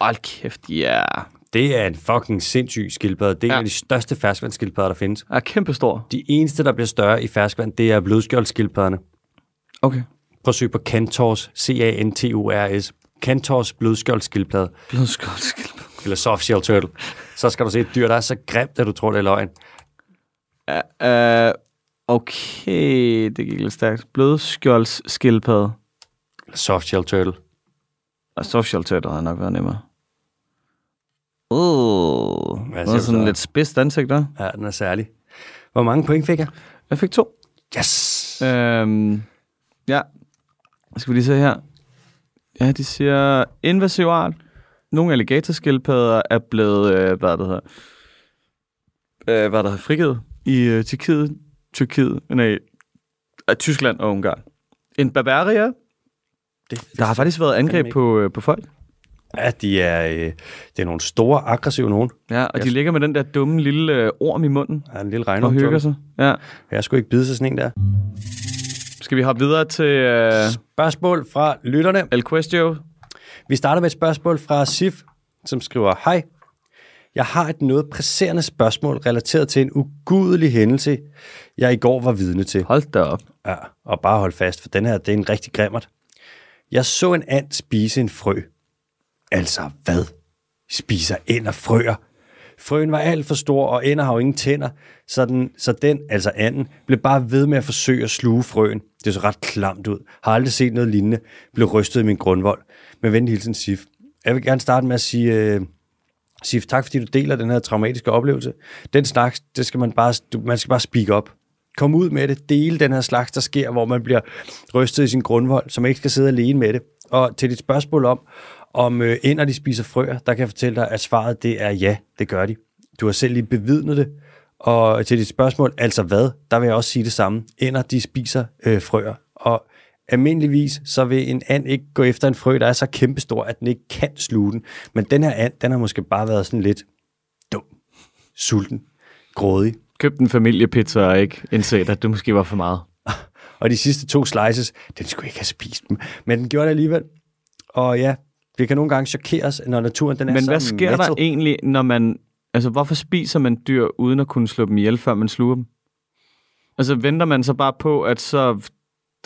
Speaker 2: Hold kæft, ja. Yeah.
Speaker 1: Det er en fucking sindssyg skildpadde. Det er ja. en
Speaker 2: Ja.
Speaker 1: af de største ferskvandsskildpadder, der findes.
Speaker 2: Er kæmpestor.
Speaker 1: De eneste, der bliver større i ferskvand, det er blødskjoldskildpadderne.
Speaker 2: Okay.
Speaker 1: Prøv at søge på Cantors, C-A-N-T-O-R-S. Cantors blødskjoldskildpadde,
Speaker 2: Blødskjoldskildpadde.
Speaker 1: eller softshell turtle. Så skal du se et dyr, der er så grimt, at du tror, det er løgn.
Speaker 2: Uh, okay, det gik lidt stærkt. Blødskjoldskildpadde.
Speaker 1: Eller softshell turtle.
Speaker 2: Og softshell turtle havde nok været nemmere. Uh,
Speaker 1: Hvad siger
Speaker 2: Hvad
Speaker 1: du
Speaker 2: noget sådan
Speaker 1: så?
Speaker 2: lidt spidst ansigt der.
Speaker 1: Ja, den er særlig. Hvor mange point fik jeg?
Speaker 2: Jeg fik to.
Speaker 1: Yes!
Speaker 2: Øhm, ja. Skal vi lige se her. Ja, de siger invasiv art. Nogle alligatorskildpadder er blevet, øh, hvad det hedder, øh, hvad der hedder, frigivet i øh, Tyrkiet, Tyrkiet, nej, øh, Tyskland og Ungarn. En Bavaria,
Speaker 1: Det,
Speaker 2: der har faktisk været angreb
Speaker 1: ikke.
Speaker 2: på, øh, på folk.
Speaker 1: Ja, de er, øh, det er nogle store, aggressive nogen.
Speaker 2: Ja, og de ligger med den der dumme lille øh, orm i munden
Speaker 1: Der er en lille
Speaker 2: og
Speaker 1: regnorm.
Speaker 2: hygger
Speaker 1: Johnny.
Speaker 2: sig. Ja.
Speaker 1: Jeg skulle ikke bide sig sådan en der.
Speaker 2: Skal vi hoppe videre til øh,
Speaker 1: Spørgsmål fra lytterne.
Speaker 2: El Questio?
Speaker 1: Vi starter med et spørgsmål fra Sif, som skriver, Hej, jeg har et noget presserende spørgsmål relateret til en ugudelig hændelse, jeg i går var vidne til.
Speaker 2: Hold da op.
Speaker 1: Ja, og bare hold fast, for den her, det er en rigtig grimmert. Jeg så en and spise en frø. Altså, hvad? Spiser ænder frøer? Frøen var alt for stor, og ænder har jo ingen tænder, så den, så den, altså anden, blev bare ved med at forsøge at sluge frøen. Det så ret klamt ud. Har aldrig set noget lignende. Blev rystet i min grundvold. Men venlig hilsen, Sif. Jeg vil gerne starte med at sige, øh, Sif, tak fordi du deler den her traumatiske oplevelse. Den snak, det skal man bare, du, man skal bare speak op. Kom ud med det. Dele den her slags, der sker, hvor man bliver rystet i sin grundvold, så man ikke skal sidde alene med det. Og til dit spørgsmål om, om øh, ender de spiser frøer, der kan jeg fortælle dig, at svaret det er ja, det gør de. Du har selv lige bevidnet det. Og til dit spørgsmål, altså hvad, der vil jeg også sige det samme. Ender de spiser øh, frøer. Og Almindeligvis så vil en and ikke gå efter en frø, der er så kæmpestor, at den ikke kan sluge den. Men den her and, den har måske bare været sådan lidt dum, sulten, grådig.
Speaker 2: Køb en familiepizza og ikke indset, at det måske var for meget.
Speaker 1: Og de sidste to slices, den skulle ikke have spist dem. Men den gjorde det alligevel. Og ja, vi kan nogle gange chokeres, når naturen den er
Speaker 2: Men
Speaker 1: så
Speaker 2: hvad sker
Speaker 1: metal.
Speaker 2: der egentlig, når man... Altså, hvorfor spiser man dyr, uden at kunne slå dem ihjel, før man sluger dem? Altså, venter man så bare på, at så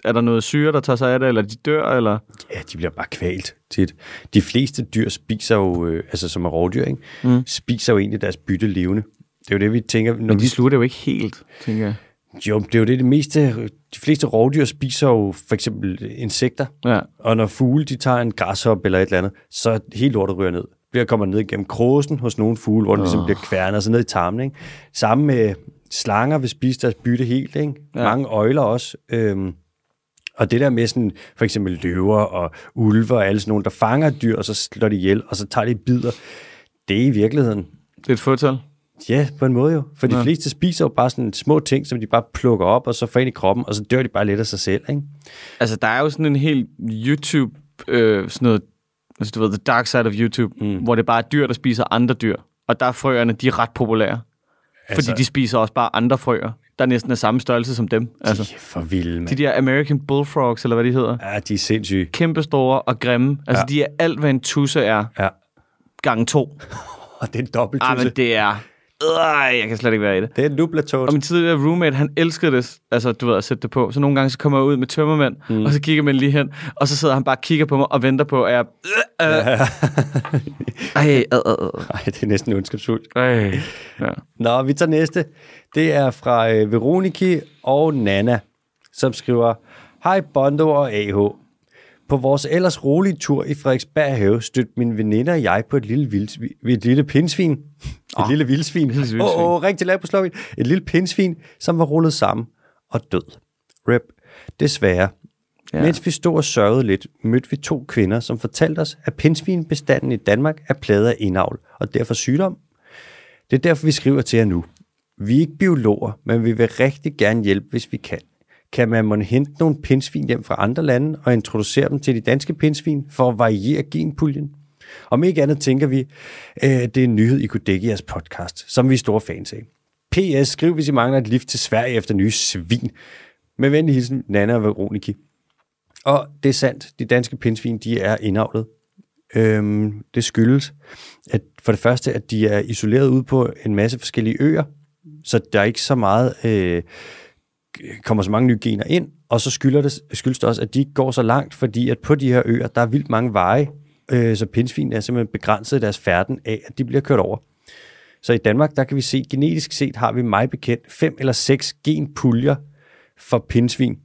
Speaker 2: er der noget syre, der tager sig af det, eller de dør, eller...
Speaker 1: Ja, de bliver bare kvalt tit. De fleste dyr spiser jo, øh, altså som er rovdyr, ikke? Mm. spiser jo egentlig deres bytte levende. Det er jo det, vi tænker, når
Speaker 2: Men
Speaker 1: vi
Speaker 2: de sluger det jo ikke helt, tænker jeg.
Speaker 1: Jo, det er jo det, det meste, de fleste rovdyr spiser jo for eksempel insekter,
Speaker 2: Ja.
Speaker 1: og når fugle de tager en græshop eller et eller andet, så er helt lortet ryger ned. Bliver kommer ned gennem krosen hos nogle fugle, hvor den ligesom bliver kværnet og så ned i tarmen. Ikke? Samme med, Slanger vil spise deres bytte helt, ikke? Ja.
Speaker 2: Ja.
Speaker 1: Mange øjler også. Øhm, og det der med sådan, for eksempel løver og ulve og alle sådan nogle, der fanger dyr, og så slår de ihjel, og så tager de bidder, det er i virkeligheden
Speaker 2: Det er et fåtal.
Speaker 1: Ja, på en måde jo. For de
Speaker 2: Ja.
Speaker 1: fleste spiser jo bare sådan små ting, som de bare plukker op, og så får ind i kroppen, og så dør de bare lidt af sig selv, ikke?
Speaker 2: Altså, der er jo sådan en helt YouTube, øh, sådan noget, altså, du ved, the dark side of YouTube, mm. hvor det bare er dyr, der spiser andre dyr. Og der er frøerne, de er ret populære. Altså, fordi de spiser også bare andre frøer, der næsten er samme størrelse som dem. Altså,
Speaker 1: De er for vilde,
Speaker 2: de
Speaker 1: mand.
Speaker 2: der American Bullfrogs, eller hvad de hedder,
Speaker 1: Ja, de er sindssyge.
Speaker 2: kæmpestore og grimme. Altså, ja. de er alt, hvad en tusse er,
Speaker 1: Ja.
Speaker 2: gange to.
Speaker 1: Og det er en dobbelt
Speaker 2: Ah, men
Speaker 1: det...
Speaker 2: det er... Øh, jeg kan slet ikke være i det.
Speaker 1: det er en nublatot.
Speaker 2: Og min tidligere roommate, han elskede det, altså du ved, at sætte det på. Så nogle gange, så kommer jeg ud med tømmermænd, mm. og så kigger man lige hen, og så sidder han bare og kigger på mig og venter på, at jeg... Øh, øh. Ej, ad, ad, ad.
Speaker 1: Nej, det er næsten ondskabsfuldt.
Speaker 2: Ej. Ja.
Speaker 1: Nå, vi tager næste. Det er fra øh, Veroniki og Nana, som skriver, Hej Bondo og AH. På vores ellers rolige tur i Frederiksberg Have stødte min veninde og jeg på et lille, vildsvin, et lille pindsvin. Et oh, lille vildsvin.
Speaker 2: vildsvin.
Speaker 1: Åh, oh, oh, rigtig lavt på slokken. Et lille pindsvin, som var rullet sammen og død. Rip. Desværre. Ja.
Speaker 2: Ja.
Speaker 1: Mens vi stod og sørgede lidt, mødte vi to kvinder, som fortalte os, at pindsvinbestanden i Danmark er plaget af indavl, og derfor sygdom, det er derfor, vi skriver til jer nu. Vi er ikke biologer, men vi vil rigtig gerne hjælpe, hvis vi kan. Kan man må hente nogle pindsvin hjem fra andre lande og introducere dem til de danske pindsvin for at variere genpuljen? Om ikke andet tænker vi, øh, det er en nyhed, I kunne dække i jeres podcast, som vi er store fans af. P.S. Skriv, hvis I mangler et lift til Sverige efter nye svin. Med venlig hilsen, Nana og Veronica. Og det er sandt, de danske pindsvin, de er indavlet. Øhm, det skyldes, at for det første, at de er isoleret ude på en masse forskellige øer, så der er ikke så meget, øh, kommer så mange nye gener ind, og så skylder det, skyldes det også, at de ikke går så langt, fordi at på de her øer, der er vildt mange veje, øh, så pindsvin er simpelthen begrænset i deres færden af, at de bliver kørt over. Så i Danmark, der kan vi se, genetisk set har vi mig bekendt fem eller seks genpuljer for pindsvin,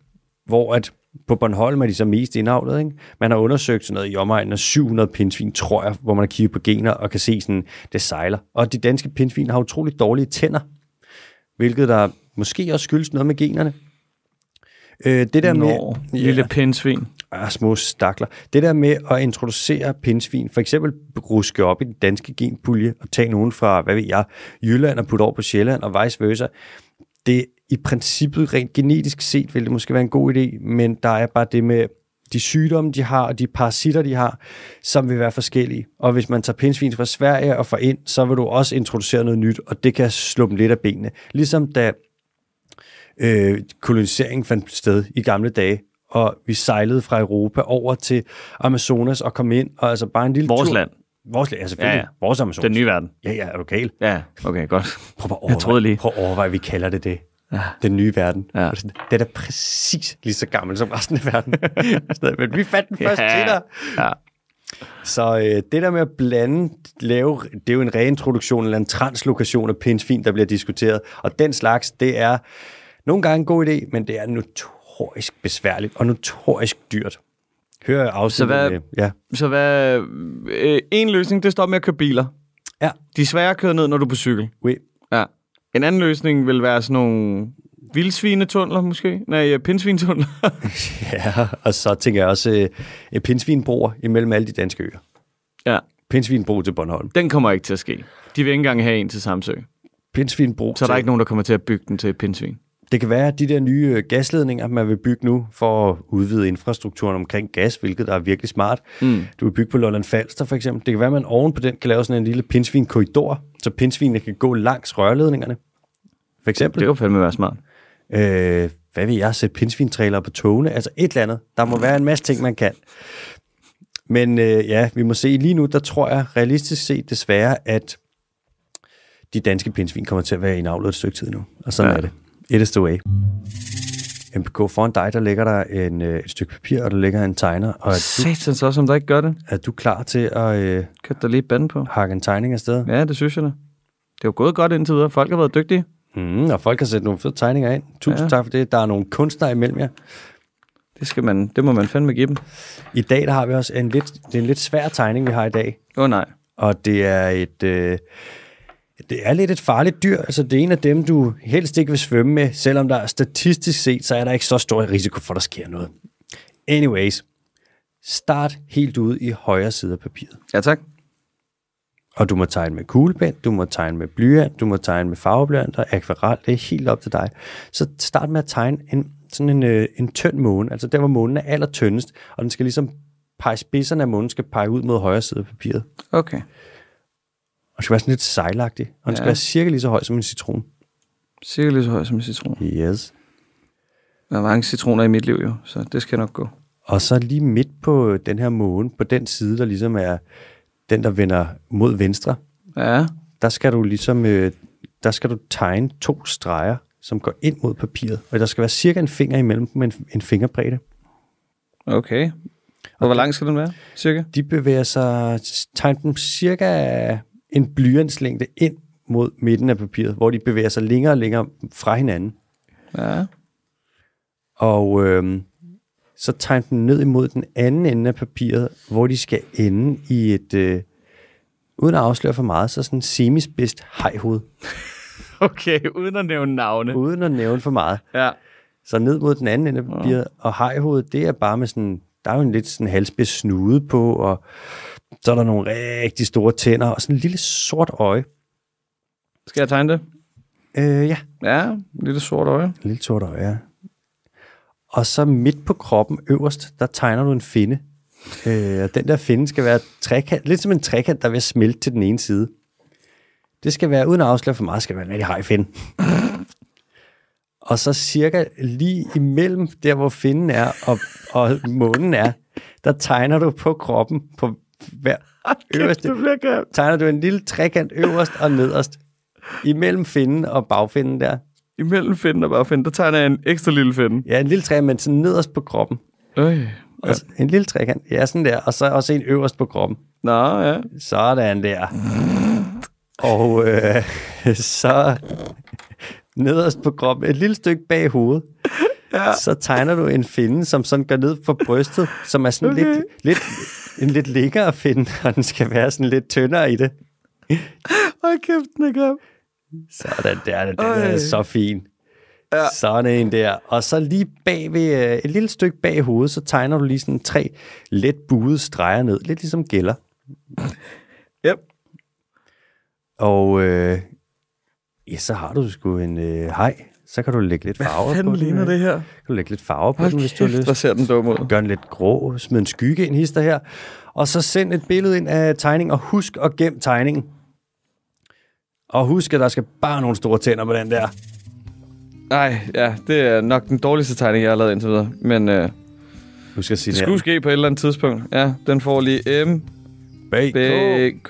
Speaker 1: hvor at på Bornholm er de så mest indavlet. Ikke? Man har undersøgt sådan noget i omegnen af 700 pindsvin, tror jeg, hvor man har kigget på gener og kan se sådan, det sejler. Og de danske pindsvin har utroligt dårlige tænder, hvilket der måske også skyldes noget med generne. Øh, det der
Speaker 2: Nå,
Speaker 1: med,
Speaker 2: lille pindsvin.
Speaker 1: Ah, små stakler. Det der med at introducere pindsvin, for eksempel ruske op i den danske genpulje og tage nogen fra, hvad ved jeg, Jylland og putte over på Sjælland og vice versa, det i princippet rent genetisk set ville det måske være en god idé, men der er bare det med de sygdomme, de har, og de parasitter, de har, som vil være forskellige. Og hvis man tager pindsvin fra Sverige og fra ind, så vil du også introducere noget nyt, og det kan slå dem lidt af benene. Ligesom da øh, koloniseringen fandt sted i gamle dage, og vi sejlede fra Europa over til Amazonas og kom ind, og altså bare en lille
Speaker 2: Vores
Speaker 1: tur.
Speaker 2: land.
Speaker 1: Vores land, ja, selvfølgelig. Ja,
Speaker 2: Ja,
Speaker 1: ja. Vores Amazonas.
Speaker 2: Den nye verden.
Speaker 1: Ja, ja, er du gal?
Speaker 2: Ja, okay, godt.
Speaker 1: Prøv at overveje,
Speaker 2: Jeg troede lige.
Speaker 1: Prøv at overveje, at vi kalder det det.
Speaker 2: Ja.
Speaker 1: Den nye verden.
Speaker 2: Ja.
Speaker 1: Og sådan, Den er præcis lige så gammel som resten af verden. Sådan, Men vi fandt den først ja. til dig.
Speaker 2: ja.
Speaker 1: Så øh, det der med at blande, lave, det er jo en reintroduktion eller en translokation af pindsvin, der bliver diskuteret. Og den slags, det er nogle gange en god idé, men det er notorisk besværligt og notorisk dyrt. Hør afsnittet.
Speaker 2: hvad-
Speaker 1: med- Ja.
Speaker 2: Så hvad... Øh, en løsning, det står med at køre biler.
Speaker 1: Ja.
Speaker 2: De er svære at køre ned, når du er på cykel.
Speaker 1: Oui.
Speaker 2: Ja. En anden løsning vil være sådan nogle vildsvinetunneler måske. Nej, øh, pindsvinetunneler.
Speaker 1: ja, og så tænker jeg også øh, en pindsvinbroer imellem alle de danske øer.
Speaker 2: ja,
Speaker 1: Pindsvinbro til Bornholm.
Speaker 2: den kommer ikke til at ske. De vil ikke engang have en til Samsø.
Speaker 1: Pindsvinbro
Speaker 2: Så er
Speaker 1: til
Speaker 2: der ikke nogen, der kommer til at bygge den til et pindsvin.
Speaker 1: Det kan være, at de der nye øh, gasledninger, man vil bygge nu for at udvide infrastrukturen omkring gas, hvilket der er virkelig smart. Mm. Du vil bygge på Lolland Falster for eksempel. Det kan være, at man oven på den kan lave sådan en lille pindsvin-korridor, så pindsvinene kan gå langs rørledningerne. For eksempel,
Speaker 2: Det kunne fandme være smart.
Speaker 1: øh, hvad vil jeg, sætte pindsvintrailere på togene? Altså et eller andet. Der må være en masse ting, man kan. Men øh, ja, vi må se. Lige nu, der tror jeg realistisk set desværre, at de danske pindsvin kommer til at være indavlet et stykke tid nu. Og sådan ja.
Speaker 2: Ja.
Speaker 1: er det. It is the way. MPK, foran dig, der ligger der en, øh, et stykke papir, og der ligger en tegner. Og er,
Speaker 2: Satans også, om der ikke gør det.
Speaker 1: er du klar til at øh,
Speaker 2: Kørt der lige et band på.
Speaker 1: hakke en tegning afsted?
Speaker 2: Ja, det synes jeg da. Det er jo gået godt indtil videre. Folk har været dygtige.
Speaker 1: Mm, og folk har sat nogle fede tegninger ind. Tusind ja.
Speaker 2: Ja.
Speaker 1: tak for det. Der er nogle kunstnere imellem jer.
Speaker 2: Det, skal man, det må man fandme give dem.
Speaker 1: I dag der har vi også en lidt, det er en lidt svær tegning, vi har i dag.
Speaker 2: Åh oh, nej.
Speaker 1: Og det er et, øh, det er lidt et farligt dyr. Altså, det er en af dem, du helst ikke vil svømme med, selvom der er statistisk set, så er der ikke så stor risiko for, at der sker noget. Anyways, start helt ude i højre side af papiret.
Speaker 2: Ja, tak.
Speaker 1: Og du må tegne med kuglepen, du må tegne med blyant, du må tegne med farveblyanter, akvarel, det er helt op til dig. Så start med at tegne en, sådan en, øh, en tynd måne, altså der, hvor månen er allertyndest, og den skal ligesom pege spidserne af månen, skal pege ud mod højre side af papiret.
Speaker 2: Okay.
Speaker 1: Og den skal være sådan lidt sejlagtig, og den ja. skal
Speaker 2: Ja.
Speaker 1: være cirka lige så høj som en citron.
Speaker 2: Cirka lige så høj som en citron.
Speaker 1: Yes.
Speaker 2: Der er mange citroner i mit liv jo, så det skal nok gå.
Speaker 1: Og så lige midt på den her måne, på den side, der ligesom er den, der vender mod venstre,
Speaker 2: Ja,
Speaker 1: der skal du ligesom, øh, der skal du tegne to streger, som går ind mod papiret, og der skal være cirka en finger imellem dem, en, en fingerbredde.
Speaker 2: okay. Og hvor lang skal den være, cirka?
Speaker 1: De bevæger sig, tegn dem cirka en blyantslængde ind mod midten af papiret, hvor de bevæger sig længere og længere fra hinanden.
Speaker 2: Ja.
Speaker 1: Og øh, så tegn dem ned imod den anden ende af papiret, hvor de skal ende i et, øh, uden at afsløre for meget, så sådan semispidst hejhoved,
Speaker 2: Okay, uden at nævne navne.
Speaker 1: uden at nævne for meget.
Speaker 2: Ja.
Speaker 1: Så ned mod den anden ende af papiret, og hejhovedet, det er bare med sådan, der er jo en lidt sådan halsspids snude på, og så er der nogle rigtig store tænder, og sådan en lille sort øje.
Speaker 2: Skal jeg tegne det?
Speaker 1: Øh, ja,
Speaker 2: Ja, en lille sort øje.
Speaker 1: en lille sort øje, ja. Og så midt på kroppen øverst, der tegner du en finde. Øh, og den der finde skal være trekant, lidt som en trekant, der vil smelte til den ene side. Det skal være, uden at afsløre for meget, skal det være en rigtig hej finde. og så cirka lige imellem der, hvor finden er og, og månen er, der tegner du på kroppen på hver øverste,
Speaker 2: bliver grimt.
Speaker 1: tegner du en lille trekant øverst og nederst. Imellem finden og bagfinden der.
Speaker 2: Imellem finden og bare finden, der tegner jeg en ekstra lille finde.
Speaker 1: Ja, en lille trekant, men sådan nederst på kroppen.
Speaker 2: Øj.
Speaker 1: Ja. Altså, en lille trekant. Ja, sådan der. Og så også en øverst på kroppen.
Speaker 2: Nå, ja.
Speaker 1: Sådan der. Og øh, så nederst på kroppen, et lille stykke bag hovedet, ja. så tegner du en finde, som sådan går ned på brystet, som er sådan okay. lidt, lidt, en lidt længere finde, og den skal være sådan lidt tyndere i det.
Speaker 2: Hold kæft, den er grim.
Speaker 1: Sådan der, den er
Speaker 2: Øj.
Speaker 1: så fin. Ja. Sådan en der. Og så lige bag ved, øh, et lille stykke bag hovedet, så tegner du lige sådan tre let buede streger ned. Lidt ligesom gælder.
Speaker 2: Yep.
Speaker 1: Og øh, ja, så har du sgu en øh, hej. Så kan du lægge lidt farver på
Speaker 2: Fanden
Speaker 1: den.
Speaker 2: ligner
Speaker 1: øh.
Speaker 2: det her.
Speaker 1: Kan du lægge lidt farver på den,
Speaker 2: Hold
Speaker 1: hvis du har
Speaker 2: kæft, hvor
Speaker 1: lyst.
Speaker 2: ser den dum ud.
Speaker 1: Gør den lidt grå, smid en skygge ind, hister her. Og så send et billede ind af tegningen, og husk at gem tegningen. Og husk, at der skal bare nogle store tænder på den der.
Speaker 2: Nej, ja, det er nok den dårligste tegning, jeg har lavet indtil videre. Men øh,
Speaker 1: Husk at sige
Speaker 2: det
Speaker 1: det,
Speaker 2: skulle ske på et eller andet tidspunkt. Ja, den får lige M,
Speaker 1: Bag.
Speaker 2: B, K.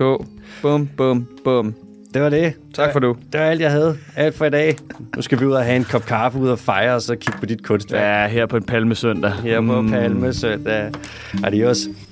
Speaker 2: Bum, bum, bum.
Speaker 1: Det var det.
Speaker 2: Tak for nu.
Speaker 1: Det var alt, jeg havde. Alt for i dag. Nu skal vi ud og have en kop kaffe, ud og fejre, og så kigge på Mm. dit kunstværk.
Speaker 2: her på en palmesøndag.
Speaker 1: Her på Palme søndag. Adios.